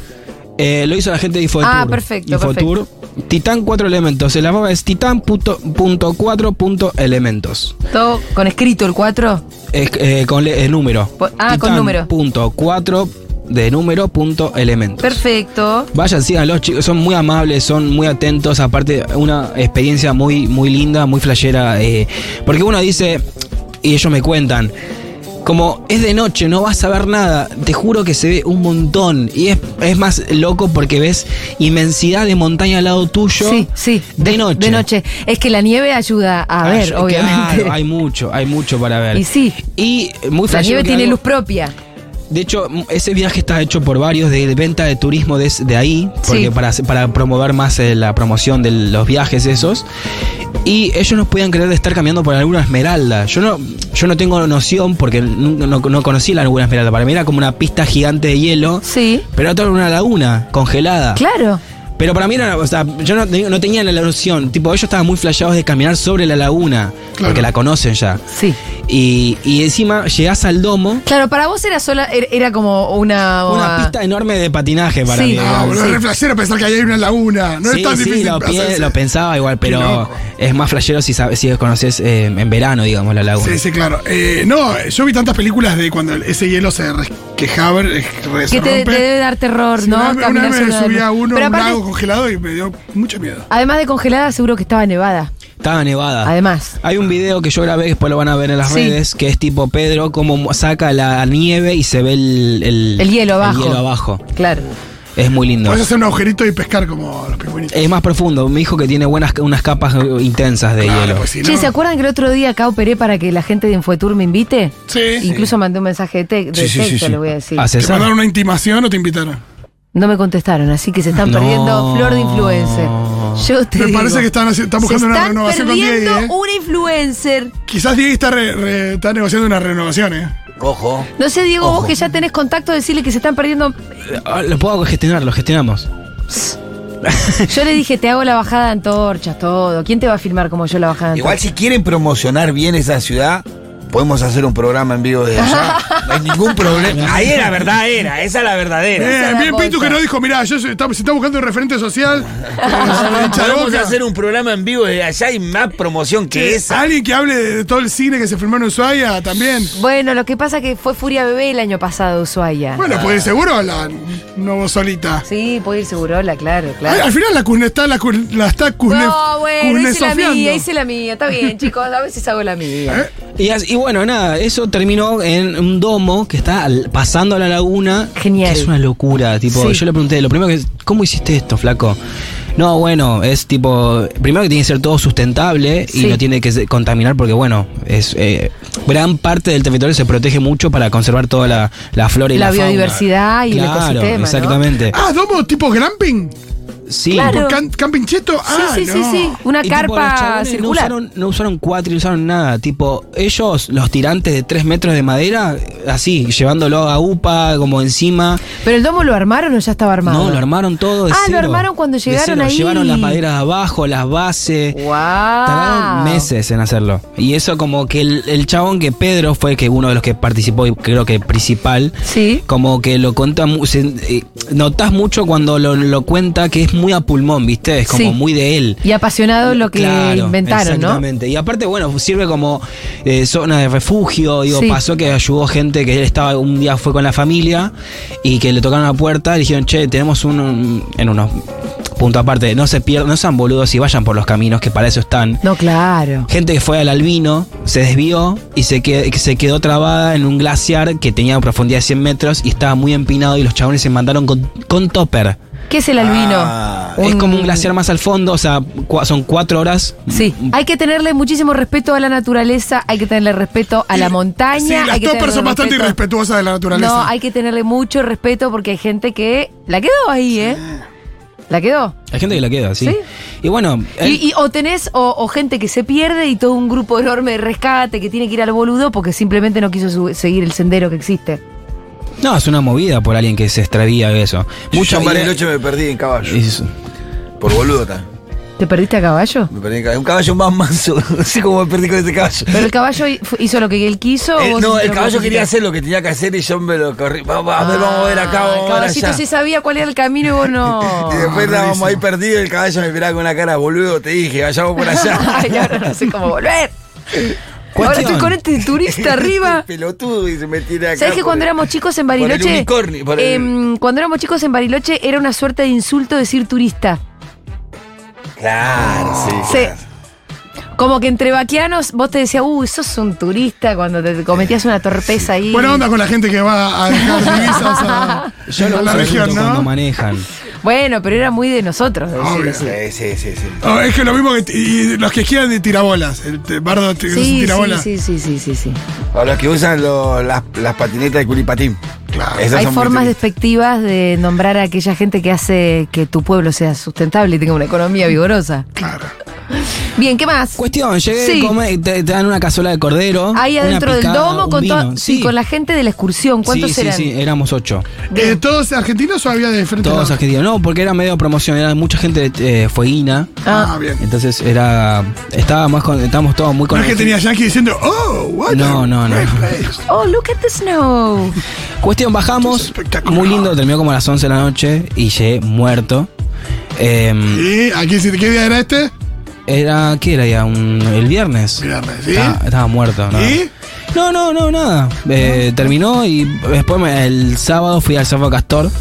Speaker 4: Eh, lo hizo la gente de Infotour.
Speaker 1: Ah, perfecto,
Speaker 4: Infotour. Titán Cuatro Elementos. El arroba es titán punto- punto cuatro punto elementos.
Speaker 1: ¿Todo con escrito el 4?
Speaker 4: Es, eh, con le- eh, número.
Speaker 1: Po- ah, con
Speaker 4: Titán
Speaker 1: número.
Speaker 4: Punto cuatro de número punto elementos.
Speaker 1: Perfecto.
Speaker 4: Vayan, sigan los chicos, son muy amables, son muy atentos, aparte una experiencia muy, muy linda, muy flashera, eh, porque uno dice, y ellos me cuentan, como es de noche, no vas a ver nada, te juro que se ve un montón, y es, es más loco porque ves inmensidad de montaña al lado tuyo,
Speaker 1: sí, sí.
Speaker 4: de noche.
Speaker 1: De noche. Es que la nieve ayuda a
Speaker 4: Ay,
Speaker 1: ver,
Speaker 4: claro,
Speaker 1: obviamente.
Speaker 4: hay mucho, hay mucho para ver.
Speaker 1: Y sí.
Speaker 4: Y muy
Speaker 1: la
Speaker 4: flashero
Speaker 1: nieve
Speaker 4: que
Speaker 1: tiene
Speaker 4: algo-
Speaker 1: luz propia.
Speaker 4: de hecho, m- ese viaje está hecho por varios de, de venta de turismo de, de ahí, porque
Speaker 1: Sí.
Speaker 4: para, hacer- para promover más eh, la promoción de los viajes esos. Y ellos no podían creer de estar cambiando por la Laguna Esmeralda. Yo no, yo no tengo noción porque nunca- no, no conocí la Laguna Esmeralda. Para mí era como una pista gigante de hielo,
Speaker 1: Sí.
Speaker 4: pero era toda una laguna congelada.
Speaker 1: Claro.
Speaker 4: Pero para mí era, o sea, yo no, te- no tenía la noción. Tipo, ellos estaban muy flasheados de caminar sobre la laguna,
Speaker 2: Claro.
Speaker 4: porque la conocen ya.
Speaker 1: Sí.
Speaker 4: Y, y encima llegás al domo.
Speaker 1: Claro, para vos era sola, er- era como una. ah,
Speaker 4: Una pista enorme de patinaje para
Speaker 1: Sí.
Speaker 4: mí.
Speaker 2: Ah, boludo,
Speaker 1: Sí.
Speaker 2: es re flashero pensar que ahí hay una laguna. No
Speaker 4: Eh, sí,
Speaker 2: es tan
Speaker 4: sí,
Speaker 2: difícil.
Speaker 4: lo, pi-
Speaker 2: hacerse.
Speaker 4: lo pensaba igual, pero
Speaker 2: loco.
Speaker 4: es más flashero si, sabes, si conoces eh, en verano, digamos, la laguna.
Speaker 2: Sí, sí, claro. Eh, no, yo vi tantas películas de cuando ese hielo se resquejaba, eh, re- se
Speaker 1: que te,
Speaker 2: rompe.
Speaker 1: te debe dar terror,
Speaker 2: Sí,
Speaker 1: ¿no?
Speaker 2: Una, vez- una
Speaker 1: Caminar
Speaker 2: vez
Speaker 1: sobre
Speaker 2: me
Speaker 1: la
Speaker 2: subí
Speaker 1: luz.
Speaker 2: a uno,
Speaker 1: Pero
Speaker 2: a un
Speaker 1: aparte,
Speaker 2: lago congelado y me dio mucho miedo.
Speaker 1: además de congelada, seguro que estaba nevada.
Speaker 4: Estaba nevada.
Speaker 1: Además.
Speaker 4: Hay un video que yo grabé, que después lo van a ver en las
Speaker 1: Sí.
Speaker 4: redes, que es tipo Pedro, cómo saca la nieve y se ve el,
Speaker 1: El hielo abajo.
Speaker 4: hielo abajo.
Speaker 1: Claro.
Speaker 4: Es muy lindo.
Speaker 2: Podés hacer un agujerito y pescar como los pingüinitos.
Speaker 4: Es más profundo. Me dijo que tiene buenas, unas capas eh, intensas de
Speaker 2: Claro,
Speaker 4: hielo.
Speaker 2: pues si
Speaker 1: Che,
Speaker 2: no-
Speaker 1: ¿se acuerdan que el otro día acá operé para que la gente de Infotour me invite?
Speaker 2: Sí.
Speaker 1: Incluso mandé un mensaje de, te- de
Speaker 3: Sí, sí, sí,
Speaker 1: texto,
Speaker 3: sí.
Speaker 1: les voy a decir.
Speaker 4: ¿A
Speaker 2: ¿Te
Speaker 4: César?
Speaker 2: mandaron una intimación o te invitaron?
Speaker 1: No me contestaron, así que se están
Speaker 4: No.
Speaker 1: perdiendo flor de influencer. Yo te
Speaker 2: Me
Speaker 1: digo,
Speaker 2: parece que están haci- están buscando
Speaker 1: se
Speaker 2: una
Speaker 1: están
Speaker 2: renovación con
Speaker 1: perdiendo
Speaker 2: Diego, ¿eh?
Speaker 1: una influencer.
Speaker 2: Quizás Diego está, re- re- está negociando una renovación, ¿eh?
Speaker 3: Ojo.
Speaker 1: No sé, Diego, vos que ya tenés contacto, decirle que se están perdiendo.
Speaker 4: Ah, Lo puedo gestionar, lo gestionamos.
Speaker 1: Yo le dije, te hago la bajada de antorchas, todo. ¿Quién te va a filmar como yo la bajada de
Speaker 3: Igual
Speaker 1: antorchas?
Speaker 3: si quieren promocionar bien esa ciudad, podemos hacer un programa en vivo desde allá. No hay ningún problema. Eh, Ahí la verdad era, esa es la verdadera.
Speaker 1: Esa es
Speaker 2: Bien,
Speaker 1: la
Speaker 2: Eh, bien
Speaker 1: cosa.
Speaker 2: Pitu que no dijo, mirá, yo soy- está- se está buscando un referente social. Eh,
Speaker 3: Ah, Podemos hacer un programa en vivo desde allá y más promoción que esa.
Speaker 2: Alguien que hable de, de todo el cine que se filmó en Ushuaia también.
Speaker 1: Bueno, lo que pasa es que fue Furia Bebé el año pasado, Ushuaia.
Speaker 2: Bueno, pues seguro la Novo Solita.
Speaker 1: Sí, puede ir Segurola, claro,
Speaker 2: Al,
Speaker 1: claro.
Speaker 2: al final la, Kuzne- está, la, Kuzne- la está Kuzne,
Speaker 1: no, bueno, hice la
Speaker 2: Kuznesofiando.
Speaker 1: mía, hice la mía. Está bien, chicos, a veces hago la mía.
Speaker 2: Eh,
Speaker 4: Y, as- y bueno, nada, eso terminó en un domo que está al- pasando a la laguna.
Speaker 1: Genial.
Speaker 4: Que es una locura, tipo,
Speaker 1: Sí.
Speaker 4: yo le pregunté, lo primero que, ¿cómo hiciste esto, flaco? No, bueno, es tipo, primero que tiene que ser todo sustentable
Speaker 1: Sí.
Speaker 4: y no tiene que se- contaminar porque, bueno, es eh, gran parte del territorio se protege mucho para conservar toda la, la flora y
Speaker 1: La
Speaker 4: la,
Speaker 1: biodiversidad y el ecosistema, ¿no?
Speaker 4: exactamente.
Speaker 2: Ah, Domo tipo glamping.
Speaker 4: Sí.
Speaker 1: Claro.
Speaker 2: Por can- camping cheto.
Speaker 1: Sí,
Speaker 2: Ah,
Speaker 1: sí, sí,
Speaker 2: no.
Speaker 1: sí. Una
Speaker 4: Y, tipo, los
Speaker 1: carpa
Speaker 4: chabones
Speaker 1: circular.
Speaker 4: No usaron, no usaron cuatri, no usaron nada. Tipo, ellos, los tirantes de 3 metros de madera, así, llevándolo a UPA, como encima.
Speaker 1: Pero el domo lo armaron o ya estaba armado.
Speaker 4: No, lo armaron todo de
Speaker 1: Ah, lo
Speaker 4: cero.
Speaker 1: armaron cuando
Speaker 4: De
Speaker 1: llegaron
Speaker 4: cero.
Speaker 1: ahí.
Speaker 4: Llevaron las maderas abajo, las bases.
Speaker 1: Wow.
Speaker 4: Tardaron meses en hacerlo. Y eso como que el, el chabón que Pedro fue que uno de los que participó y creo que principal,
Speaker 1: Sí.
Speaker 4: como que lo cuenta, mu- se- eh, notas mucho cuando lo, lo cuenta que es muy a pulmón, ¿viste? Es como
Speaker 1: Sí.
Speaker 4: muy de él.
Speaker 1: Y apasionado lo que
Speaker 4: Claro,
Speaker 1: inventaron, ¿no?
Speaker 4: Exactamente. Y aparte, bueno, sirve como eh, zona de refugio. Digo,
Speaker 1: Sí.
Speaker 4: pasó que ayudó gente que él estaba, un día fue con la familia y que le tocaron la puerta y dijeron, che, tenemos un. un- en unos. Punto aparte, no se pierdan, no sean boludos y vayan por los caminos que para eso están.
Speaker 1: No, claro.
Speaker 4: Gente que fue al albino, se desvió y se, que- que se quedó trabada en un glaciar que tenía profundidad de 100 metros y estaba muy empinado y los chabones se mandaron con, con topper.
Speaker 1: ¿Qué es el albino?
Speaker 3: Ah,
Speaker 4: Es como un glaciar más al fondo, o sea, cua- son cuatro horas
Speaker 1: Sí, hay que tenerle muchísimo respeto a la naturaleza, hay que tenerle respeto a la montaña.
Speaker 2: Sí,
Speaker 1: hay
Speaker 2: las
Speaker 1: que
Speaker 2: toppers
Speaker 1: tenerle
Speaker 2: son bastante
Speaker 1: respeto-
Speaker 2: irrespetuosas de la naturaleza.
Speaker 1: No, hay que tenerle mucho respeto porque hay gente que la quedó ahí, ¿eh? La quedó.
Speaker 4: Hay gente que la queda, sí.
Speaker 1: Sí.
Speaker 4: Y bueno, eh,
Speaker 1: Y, y o tenés o, o gente que se pierde y todo un grupo enorme de rescate que tiene que ir al boludo porque simplemente no quiso su- seguir el sendero que existe.
Speaker 4: No, es una movida por alguien que se extravía de eso.
Speaker 3: Mucho
Speaker 4: Mucho
Speaker 3: en Bariloche me perdí en caballo. Por boludo también.
Speaker 1: ¿Te perdiste a caballo?
Speaker 3: Me perdí en caballo. Un caballo más manso. No sé cómo me perdí con este caballo.
Speaker 1: ¿Pero el caballo hi- fu- hizo lo que él quiso? o
Speaker 3: Eh,
Speaker 1: vos
Speaker 3: no,
Speaker 1: hiciste
Speaker 3: el
Speaker 1: lo que
Speaker 3: caballo
Speaker 1: vos
Speaker 3: quería
Speaker 1: quisiste?
Speaker 3: hacer lo que tenía que hacer y yo me lo corrí. Vamos a ver, vamos a ver
Speaker 1: Ah,
Speaker 3: acá, vamos
Speaker 1: El
Speaker 3: a ver
Speaker 1: caballito
Speaker 3: allá.
Speaker 1: sí sabía cuál era el camino y vos no.
Speaker 3: Y después estábamos ahí perdidos el caballo me miraba con una cara, boludo, te dije, vayamos por allá.
Speaker 1: Ay, ahora no sé cómo volver. Ahora estoy
Speaker 4: Cuestión.
Speaker 1: con este turista arriba.
Speaker 3: Pelotudo y se me tiene acá.
Speaker 1: ¿Sabes que
Speaker 3: por
Speaker 1: cuando
Speaker 3: el-
Speaker 1: éramos chicos en
Speaker 3: por el
Speaker 1: Bariloche?
Speaker 3: unicornio, por el-
Speaker 1: em, cuando éramos chicos en Bariloche era una suerte de insulto decir turista.
Speaker 3: Claro, sí.
Speaker 1: Sí.
Speaker 3: claro.
Speaker 1: Como que entre vaquianos vos te decías, uh, sos un turista cuando te cometías una torpeza ahí.
Speaker 2: Buena onda con la gente que va a dejar divisas a,
Speaker 4: Yo lo
Speaker 2: a
Speaker 4: uso
Speaker 2: la región,
Speaker 4: junto cuando
Speaker 2: ¿no?
Speaker 4: manejan.
Speaker 1: Bueno, pero era muy de nosotros. decirlo
Speaker 2: Obvio.
Speaker 1: así.
Speaker 3: Sí, sí, sí, sí.
Speaker 2: Oh, es que lo mismo que t- y los que quieran de tirabolas. El t- bardo t- es un
Speaker 1: Sí,
Speaker 2: tirabola.
Speaker 1: sí, sí, sí, sí, sí.
Speaker 3: O los que usan lo- las, las patinetas de culipatín.
Speaker 2: Claro.
Speaker 3: Esas
Speaker 1: Hay
Speaker 3: son muy
Speaker 1: formas
Speaker 3: tristes.
Speaker 1: despectivas de nombrar a aquella gente que hace que tu pueblo sea sustentable y tenga una economía vigorosa.
Speaker 2: Claro.
Speaker 1: Bien, ¿qué más?
Speaker 4: Cuestión, llegué
Speaker 1: Sí.
Speaker 4: a comer y te, te dan una cazuela de cordero.
Speaker 1: Ahí
Speaker 4: una
Speaker 1: adentro del
Speaker 4: picada,
Speaker 1: domo
Speaker 4: un
Speaker 1: con, to-
Speaker 4: vino.
Speaker 1: sí, con la gente de la excursión. ¿Cuántos
Speaker 4: sí, sí,
Speaker 1: eran?
Speaker 4: Sí, éramos ocho.
Speaker 2: Eh, ¿Todos argentinos o había de diferentes
Speaker 4: Todos
Speaker 2: lados?
Speaker 4: argentinos. No, porque era medio promoción, era mucha gente eh, fueguina.
Speaker 2: Ah, bien.
Speaker 4: Entonces era. Estaba más con- estábamos todos muy
Speaker 2: No es que
Speaker 4: conectados.
Speaker 2: tenía Yankee diciendo, oh, what? a
Speaker 4: No, no, no.
Speaker 2: great place".
Speaker 1: Oh, look at the snow.
Speaker 4: Cuestión,
Speaker 2: Es
Speaker 4: bajamos.
Speaker 2: espectacular.
Speaker 4: Muy lindo, terminó como a las 11 de la noche y llegué muerto. Em,
Speaker 2: Y aquí, sí, ¿qué día era este?
Speaker 4: era, ¿qué era ya? Un- el viernes.
Speaker 2: Viernes, ¿sí?
Speaker 4: Estaba, estaba muerto, ¿no?
Speaker 2: ¿Y?
Speaker 4: No, no, no, nada. Eh, Terminó y después me- el sábado fui al Cerro Castor,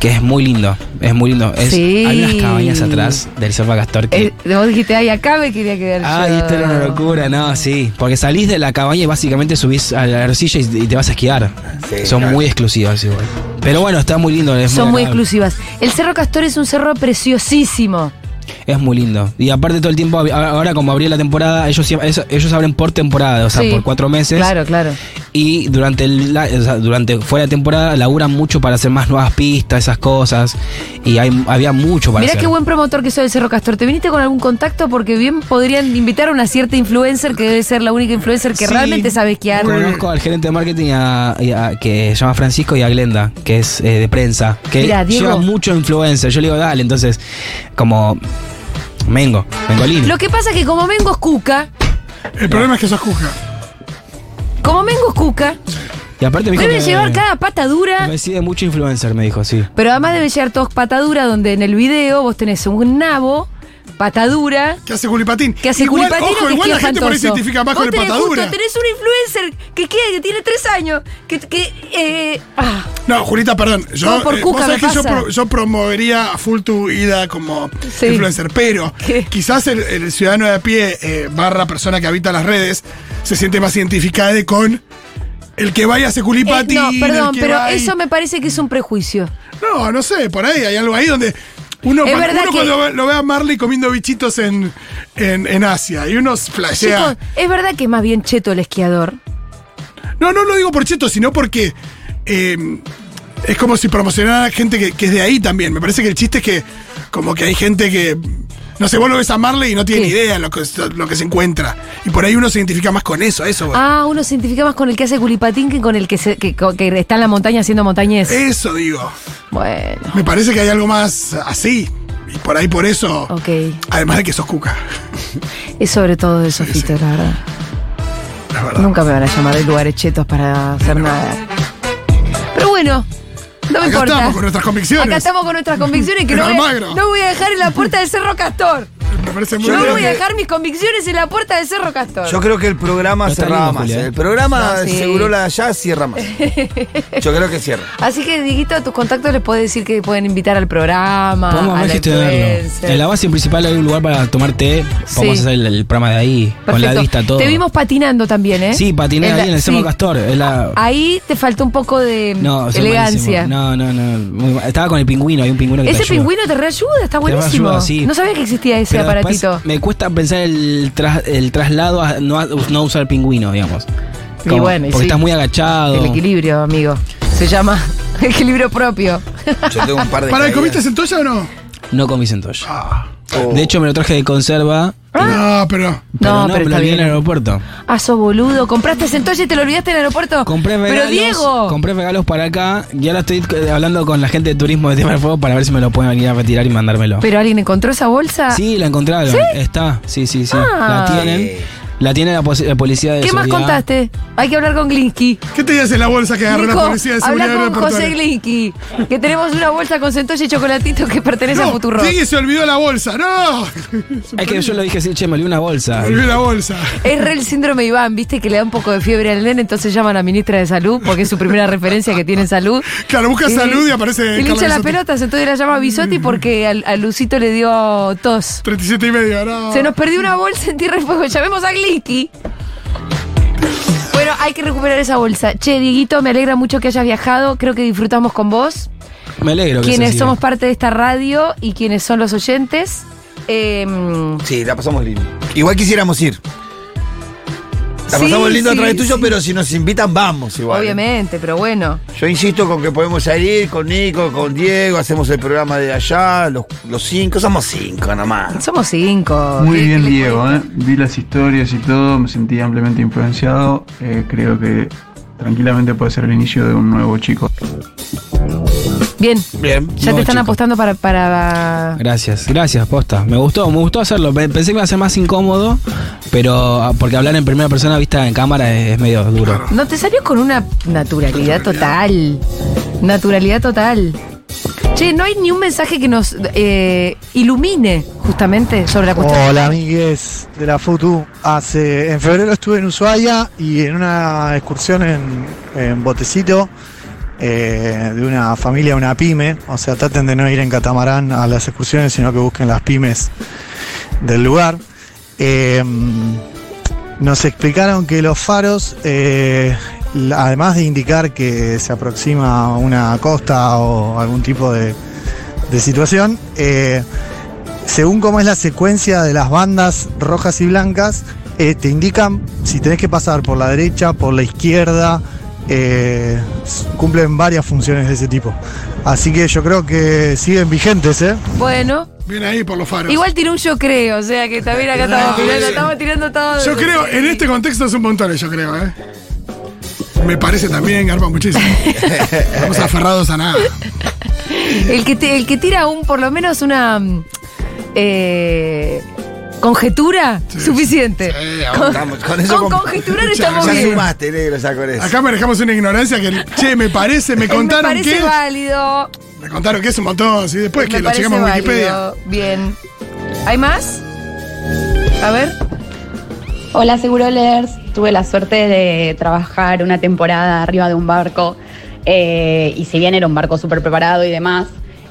Speaker 4: que es muy lindo. Es muy lindo. Es-
Speaker 1: Sí.
Speaker 4: Hay unas cabañas atrás del Cerro Castor que.
Speaker 1: Eh, vos dijiste, ay, acá me quería quedar
Speaker 4: Ay,
Speaker 1: yo.
Speaker 4: esto Ah, era una locura, no, sí. Porque salís de la cabaña y básicamente subís a la arcilla y, y te vas a esquiar.
Speaker 3: Sí,
Speaker 4: Son
Speaker 3: claro.
Speaker 4: muy exclusivas igual. Pero bueno, está muy lindo. es
Speaker 1: Son muy
Speaker 4: agradable.
Speaker 1: exclusivas. El Cerro Castor es un cerro preciosísimo.
Speaker 4: Es muy lindo. Y aparte todo el tiempo, ab- ahora como abrió la temporada, ellos, siempre- eso- ellos abren por temporada, o sea,
Speaker 1: Sí.
Speaker 4: por cuatro meses.
Speaker 1: Claro, claro.
Speaker 4: Y durante, el la- o sea, durante fuera de temporada laburan mucho para hacer más nuevas pistas, esas cosas. Y hay, había mucho para
Speaker 1: Mirá
Speaker 4: hacer.
Speaker 1: qué buen promotor que soy del Cerro Castor. ¿Te viniste con algún contacto? Porque bien podrían invitar a una cierta influencer que debe ser la única influencer que
Speaker 4: Sí.
Speaker 1: realmente sabe esquiar.
Speaker 4: Conozco al gerente de marketing a- y a- que se llama Francisco y a Glenda, que es eh, de prensa, que
Speaker 1: Mirá, Diego.
Speaker 4: lleva mucho influencer. Yo le digo, dale, entonces, como Mengo, Mengolín.
Speaker 1: Lo que pasa es que como Mengo es cuca,
Speaker 2: El problema es que sos cuja.
Speaker 1: como Mengo es cuca,
Speaker 4: y aparte me dijo
Speaker 1: debe
Speaker 4: que
Speaker 1: llevar cada pata dura.
Speaker 4: recibe mucho influencer, me dijo, sí.
Speaker 1: Pero además debe llegar todos patadura, donde en el video vos tenés un nabo, patadura.
Speaker 2: ¿Qué hace culipatín?
Speaker 1: Que hace
Speaker 2: igual,
Speaker 1: culipatino
Speaker 2: Ojo,
Speaker 1: que
Speaker 2: igual la
Speaker 1: esquía
Speaker 2: gente por ahí se
Speaker 1: fantoso.
Speaker 2: identifica más
Speaker 1: Vos
Speaker 2: con el
Speaker 1: tenés
Speaker 2: patadura.
Speaker 1: justo, tenés un influencer que, queda- que tiene tres años, que, que, eh, ah,
Speaker 2: No, Julita, perdón. Yo,
Speaker 1: Todo por
Speaker 2: eh,
Speaker 1: cuca
Speaker 2: vos sabés
Speaker 1: me
Speaker 2: que yo,
Speaker 1: pasa.
Speaker 2: pro- yo promovería a full tu ida como
Speaker 1: Sí.
Speaker 2: influencer, pero
Speaker 1: ¿Qué?
Speaker 2: quizás el, el ciudadano de a pie, eh, barra persona que habita las redes, se siente más identificado con el que vaya a hacer
Speaker 1: eh,
Speaker 2: culipatín.
Speaker 1: no,
Speaker 2: el
Speaker 1: perdón,
Speaker 2: que
Speaker 1: pero
Speaker 2: va y-
Speaker 1: eso me parece que es un prejuicio.
Speaker 2: No, no sé, por ahí hay algo ahí donde. Uno,
Speaker 1: Es
Speaker 2: cuan-
Speaker 1: verdad
Speaker 2: uno
Speaker 1: que-
Speaker 2: cuando ve- lo ve a Marley comiendo bichitos en, en, en Asia y uno flashea.
Speaker 1: Chicos, es verdad que es más bien cheto el esquiador.
Speaker 2: No, no lo digo por cheto, sino porque eh, es como si promocionara gente que, que es de ahí también. Me parece que el chiste es que como que hay gente que... No sé, vos lo ves a Marley y no
Speaker 1: Sí.
Speaker 2: tiene ni idea lo que, lo que se encuentra. Y por ahí uno se identifica más con eso, a eso. voy.
Speaker 1: Ah, uno se identifica más con el que hace culipatín que con el que, se- que, que está en la montaña haciendo montañés.
Speaker 2: Eso digo.
Speaker 1: Bueno,
Speaker 2: Me parece que hay algo más así. Y por ahí por eso...
Speaker 1: ok.
Speaker 2: Además de que sos cuca.
Speaker 1: Es sobre todo eso,
Speaker 2: Sí, sí.
Speaker 1: Fito, la verdad.
Speaker 2: La verdad.
Speaker 1: Nunca me van a llamar de lugares chetos para hacer nada. Pero bueno, no me
Speaker 2: Acá
Speaker 1: importa.
Speaker 2: estamos con nuestras convicciones.
Speaker 1: Acá estamos con nuestras convicciones que
Speaker 2: En
Speaker 1: no voy, a,
Speaker 2: Almagro.
Speaker 1: no voy a dejar en la puerta del Cerro Castor.
Speaker 2: Me parece muy
Speaker 1: No
Speaker 2: bien.
Speaker 3: creo
Speaker 1: voy a
Speaker 3: que-
Speaker 1: dejar mis convicciones en la puerta del Cerro Castor.
Speaker 3: Yo creo que el programa
Speaker 4: Pero está
Speaker 3: cerraba
Speaker 4: lindo,
Speaker 3: más.
Speaker 4: Julia, ¿eh?
Speaker 3: El programa
Speaker 1: No, sí.
Speaker 3: seguro la de allá cierra más. Yo creo que cierra.
Speaker 1: Así que, Diguito, a tus contactos les puedes decir que pueden invitar al programa.
Speaker 4: Podemos
Speaker 1: a
Speaker 4: más
Speaker 1: la
Speaker 4: gestionarlo.
Speaker 1: Ah, influencer.
Speaker 4: En la base principal hay un lugar para tomar té. Podemos
Speaker 1: Sí.
Speaker 4: hacer el, el programa de ahí, con la
Speaker 1: Perfecto.
Speaker 4: vista todo.
Speaker 1: Te vimos patinando también, ¿eh?
Speaker 4: Sí, patiné
Speaker 1: la-
Speaker 4: ahí en el Cerro
Speaker 1: sí.
Speaker 4: Castor. en la-
Speaker 1: Ahí te faltó un poco de
Speaker 4: no, soy
Speaker 1: elegancia.
Speaker 4: malísimo. No, no, no. muy mal. Estaba con el pingüino, hay un pingüino que te
Speaker 1: Ese
Speaker 4: ayuda.
Speaker 1: pingüino te reayuda, está buenísimo.
Speaker 4: reayuda, sí.
Speaker 1: No sabía que existía ese
Speaker 4: Pero después
Speaker 1: aparatito.
Speaker 4: Me cuesta pensar el, tras- el traslado a no, a- no usar pingüino, digamos.
Speaker 1: Y
Speaker 4: Como-
Speaker 1: bueno, y
Speaker 4: porque
Speaker 1: sí.
Speaker 4: estás muy agachado.
Speaker 1: El equilibrio, amigo. Se llama equilibrio propio.
Speaker 3: Yo tengo un par de.
Speaker 2: ¿Para
Speaker 3: caídas.
Speaker 2: comiste centolla o no?
Speaker 4: No comí centollo.
Speaker 2: Ah,
Speaker 4: De hecho, me lo traje de conserva,
Speaker 2: No, pero.
Speaker 4: pero no,
Speaker 1: No, pero
Speaker 4: me lo
Speaker 1: está
Speaker 4: olvidé en el
Speaker 1: bien.
Speaker 4: aeropuerto.
Speaker 1: Ah, sos boludo. ¿Compraste ese entonces y te lo olvidaste en el aeropuerto?
Speaker 4: Compré regalos.
Speaker 1: Pero Diego.
Speaker 4: Compré regalos para acá y ahora estoy eh, hablando con la gente de turismo de Tema del Fuego para ver si me lo pueden venir a retirar y mandármelo.
Speaker 1: ¿Pero alguien encontró esa bolsa?
Speaker 4: Sí, la encontraron. Está, sí, sí, sí.
Speaker 1: Ah.
Speaker 4: La tienen. La tiene la, posi- la policía de
Speaker 1: ¿Qué más
Speaker 4: seguridad.
Speaker 1: contaste? Hay que hablar con Glinsky.
Speaker 2: ¿Qué tenías en la bolsa que agarró la
Speaker 1: Nico,
Speaker 2: policía de seguridad
Speaker 1: habla con
Speaker 2: aeroportuaria?
Speaker 1: José Glinsky. Que tenemos una bolsa con centolla y chocolatito que pertenece a
Speaker 2: No,
Speaker 1: Futuro.
Speaker 2: Diggy se olvidó la bolsa, no. Se
Speaker 4: Es que yo lo dije así, che, me olvidé una bolsa.
Speaker 2: olvidó la bolsa.
Speaker 1: Es re el síndrome Iván, viste que le da un poco de fiebre al nene, entonces llaman a ministra de salud porque es su primera referencia que tiene en salud.
Speaker 2: Claro, busca salud y aparece
Speaker 1: Y le
Speaker 2: Carla
Speaker 1: hincha las
Speaker 2: Bisotti.
Speaker 1: pelotas, entonces la llama Bisotti porque al- a Lucito le dio tos.
Speaker 2: 37 y medio, no.
Speaker 1: Se nos perdió una bolsa en Tierra y Fuego. Llamemos a Glicky. Bueno, hay que recuperar esa bolsa. Che, Dieguito, me alegra mucho que hayas viajado. Creo que disfrutamos con vos.
Speaker 4: Me alegro que
Speaker 1: quienes
Speaker 4: se siga.
Speaker 1: somos parte de esta radio y quienes son los oyentes. Eh,
Speaker 3: Sí, la pasamos lindo. Igual quisiéramos ir. La
Speaker 1: sí,
Speaker 3: pasamos lindo
Speaker 1: sí,
Speaker 3: a través tuyo,
Speaker 1: sí.
Speaker 3: pero si nos invitan, vamos igual.
Speaker 1: Obviamente, pero bueno.
Speaker 3: Yo insisto con que podemos salir con Nico, con Diego, hacemos el programa de allá, los, los cinco, somos cinco nomás.
Speaker 1: Somos cinco.
Speaker 5: Muy
Speaker 1: ¿Qué-
Speaker 5: bien
Speaker 1: qué le
Speaker 5: Diego,
Speaker 1: cuesta?
Speaker 5: ¿eh? vi las historias y todo, me sentí ampliamente influenciado, Eh, creo que tranquilamente puede ser el inicio de un nuevo chico.
Speaker 1: Bien,
Speaker 3: Bien.
Speaker 1: ya
Speaker 4: No,
Speaker 1: te están
Speaker 4: chico.
Speaker 1: apostando para... para...
Speaker 4: Gracias, gracias, posta. Me gustó, me gustó hacerlo. Pe- Pensé que iba a ser más incómodo, pero ah, porque hablar en primera persona vista en cámara es, es medio duro.
Speaker 1: No, te salió con una naturalidad total. Naturalidad total. Che, no hay ni un mensaje que nos eh, ilumine justamente sobre la cuestión.
Speaker 6: Hola amigues de la Futu. Hace, en febrero estuve en Ushuaia y en una excursión en, en botecito eh, de una familia, una pyme. O sea, traten de no ir en catamarán a las excursiones, sino que busquen las pymes del lugar. Eh, nos explicaron que los faros, eh, la- además de indicar que se aproxima una costa o algún tipo de, de situación, eh, según cómo es la secuencia de las bandas rojas y blancas, eh, te indican si tenés que pasar por la derecha, por la izquierda, eh, s- cumplen varias funciones de ese tipo. Así que yo creo que siguen vigentes, ¿eh?
Speaker 1: Bueno,
Speaker 2: Viene ahí por los faros.
Speaker 1: igual tiró un yo creo, o sea que también acá estamos tirando, estamos tirando todo.
Speaker 2: Yo creo, en este contexto es un montón, yo creo, ¿eh? Me parece también, garpa muchísimo. Estamos aferrados a nada.
Speaker 1: El que, te- el que tira un, por lo menos una mm, eh, conjetura suficiente.
Speaker 2: Sí,
Speaker 3: Estamos- con eso
Speaker 1: con
Speaker 3: con-
Speaker 1: conjeturar
Speaker 2: Ya,
Speaker 1: estamos
Speaker 3: Ya
Speaker 1: bien.
Speaker 3: sumaste, negro, ya con eso.
Speaker 2: Acá manejamos una ignorancia que, che, me parece, me
Speaker 1: Eh,
Speaker 2: contaron
Speaker 1: me parece
Speaker 2: que.
Speaker 1: válido.
Speaker 2: Me contaron que es un montón, y después
Speaker 1: me
Speaker 2: Pues que lo
Speaker 1: parece
Speaker 2: checamos en
Speaker 1: válido.
Speaker 2: Wikipedia.
Speaker 1: Bien. ¿Hay más? A ver.
Speaker 7: Hola Segurolers, tuve la suerte de trabajar una temporada arriba de un barco eh, y si bien era un barco súper preparado y demás,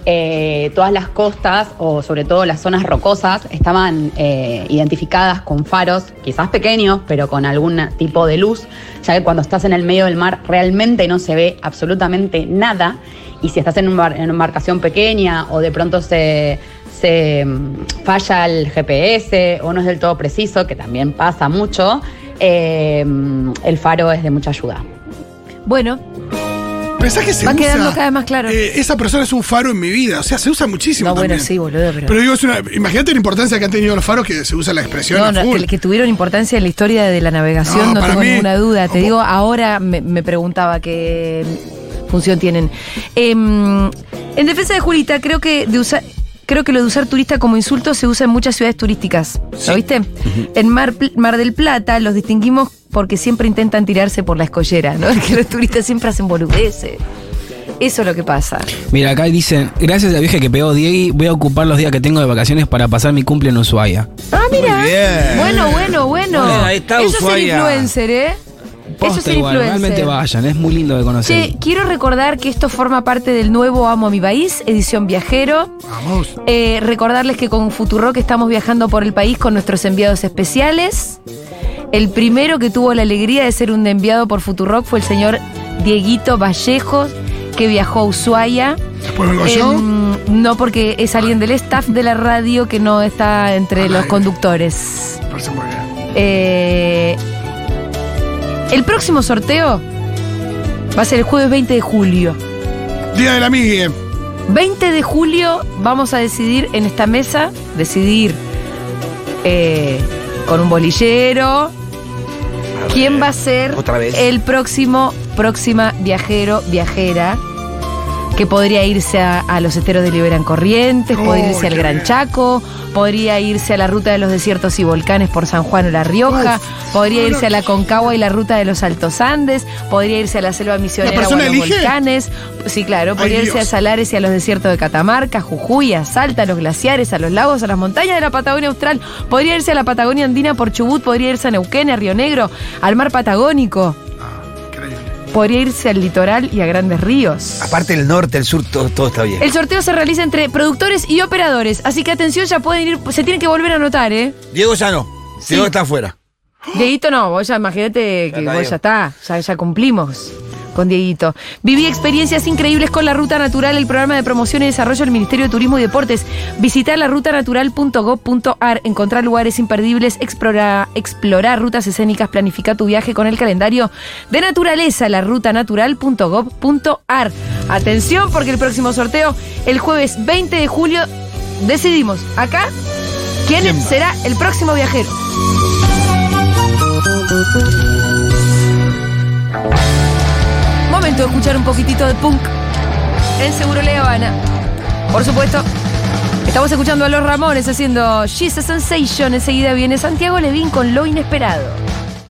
Speaker 7: eh, todas las costas o sobre todo las zonas rocosas estaban eh, identificadas con faros, quizás pequeños, pero con algún tipo de luz, ya que cuando estás en el medio del mar realmente no se ve absolutamente nada y si estás en, un bar- en una embarcación pequeña o de pronto se se mm, falla el GPS o no es del todo preciso, que también pasa mucho, eh, mm, el faro es de mucha ayuda.
Speaker 1: Bueno,
Speaker 2: ¿Pensás que se
Speaker 1: Va
Speaker 2: usa?
Speaker 1: quedando cada vez más claro.
Speaker 2: Eh, esa persona es un faro en mi vida, o sea, se usa muchísimo.
Speaker 1: no, bueno,
Speaker 2: también.
Speaker 1: sí, boludo, pero.
Speaker 2: Pero digo, es una, imagínate la importancia que han tenido los faros que se usa la expresión.
Speaker 1: no,
Speaker 2: a
Speaker 1: no,
Speaker 2: full.
Speaker 1: que, que tuvieron importancia en la historia de la navegación,
Speaker 2: No,
Speaker 1: no,
Speaker 2: para
Speaker 1: tengo
Speaker 2: mí-
Speaker 1: ninguna duda. Te
Speaker 2: o-
Speaker 1: digo, ahora me, me preguntaba qué función tienen. Em, en defensa de Julita, creo que de usar. Creo que lo de usar turista como insulto se usa en muchas ciudades turísticas. ¿Lo viste? En Mar, Pl- Mar del Plata los distinguimos porque siempre intentan tirarse por la escollera, ¿no? Que los turistas siempre hacen boludeces. Eso es lo que pasa.
Speaker 4: Mira, acá dicen, gracias a la vieja que pegó Diego, voy a ocupar los días que tengo de vacaciones para pasar mi cumple en Ushuaia.
Speaker 1: Ah, mira.
Speaker 3: Muy bien.
Speaker 1: Bueno, bueno, bueno.
Speaker 3: Bueno, ahí está
Speaker 1: Eso es el
Speaker 3: Ushuaia.
Speaker 1: influencer, ¿eh? Eso es
Speaker 4: Posta
Speaker 1: el
Speaker 4: igual, realmente
Speaker 1: influencer.
Speaker 4: vayan, es muy lindo de conocer.
Speaker 1: Che, quiero recordar que esto forma parte del nuevo Amo a mi país, edición viajero.
Speaker 2: Vamos.
Speaker 1: Eh, recordarles que con Futurock estamos viajando por el país con nuestros enviados especiales. El primero que tuvo la alegría de ser un enviado por Futurock fue el señor Dieguito Vallejos, que viajó a Ushuaia.
Speaker 2: Después vengo yo.
Speaker 1: Em, no, porque es alguien del staff de la radio que no está entre los conductores.
Speaker 2: Me parece muy bien.
Speaker 1: Eh, el próximo sorteo va a ser el jueves 20 de julio.
Speaker 2: Día del amigue.
Speaker 1: 20 de julio vamos a decidir en esta mesa, decidir eh, con un bolillero, quién va a ser
Speaker 3: Otra vez.
Speaker 1: el próximo, próxima viajero, viajera, que podría irse a, a los esteros de Liberan Corrientes,
Speaker 2: Oh,
Speaker 1: podría irse al
Speaker 2: qué
Speaker 1: Gran
Speaker 2: bien.
Speaker 1: Chaco, podría irse a la ruta de los desiertos y volcanes por San Juan o La Rioja, podría irse a la Concagua y la ruta de los Altos Andes, podría irse a la selva misionera o a
Speaker 2: persona
Speaker 1: los
Speaker 2: elige?
Speaker 1: volcanes, sí claro, podría
Speaker 2: Ay,
Speaker 1: irse a
Speaker 2: Dios.
Speaker 1: Salares y a los desiertos de Catamarca, Jujuy, a Salta, a los glaciares, a los lagos, a las montañas de la Patagonia Austral, podría irse a la Patagonia Andina por Chubut, podría irse a Neuquén, a Río Negro, al mar Patagónico,
Speaker 2: Ah, Increíble.
Speaker 1: podría irse al litoral y a grandes ríos.
Speaker 3: Aparte el norte, el sur, todo, todo está bien.
Speaker 1: El sorteo se realiza entre productores y operadores, así que atención, ya pueden ir, se tienen que volver a anotar, ¿eh?
Speaker 3: Diego ya no.
Speaker 1: Sí.
Speaker 3: Diego está afuera.
Speaker 1: Dieguito no, vos ya imagínate que
Speaker 3: está
Speaker 1: vos
Speaker 3: Diego.
Speaker 1: ya está, ya, ya cumplimos con Dieguito. Viví experiencias increíbles con la Ruta Natural, el programa de promoción y desarrollo del Ministerio de Turismo y Deportes. Visitar la rutanatural.gov.ar, encontrar lugares imperdibles, explorar, explorar rutas escénicas, planificar tu viaje con el calendario de naturaleza, la rutanatural.gov.ar. Atención, porque el próximo sorteo, el jueves 20 de julio, decidimos acá quién, será el próximo viajero. Momento de escuchar un poquitito de punk en Seguro La Habana. Por supuesto, estamos escuchando a los Ramones haciendo She's a Sensation. Enseguida viene Santiago Levín con Lo Inesperado.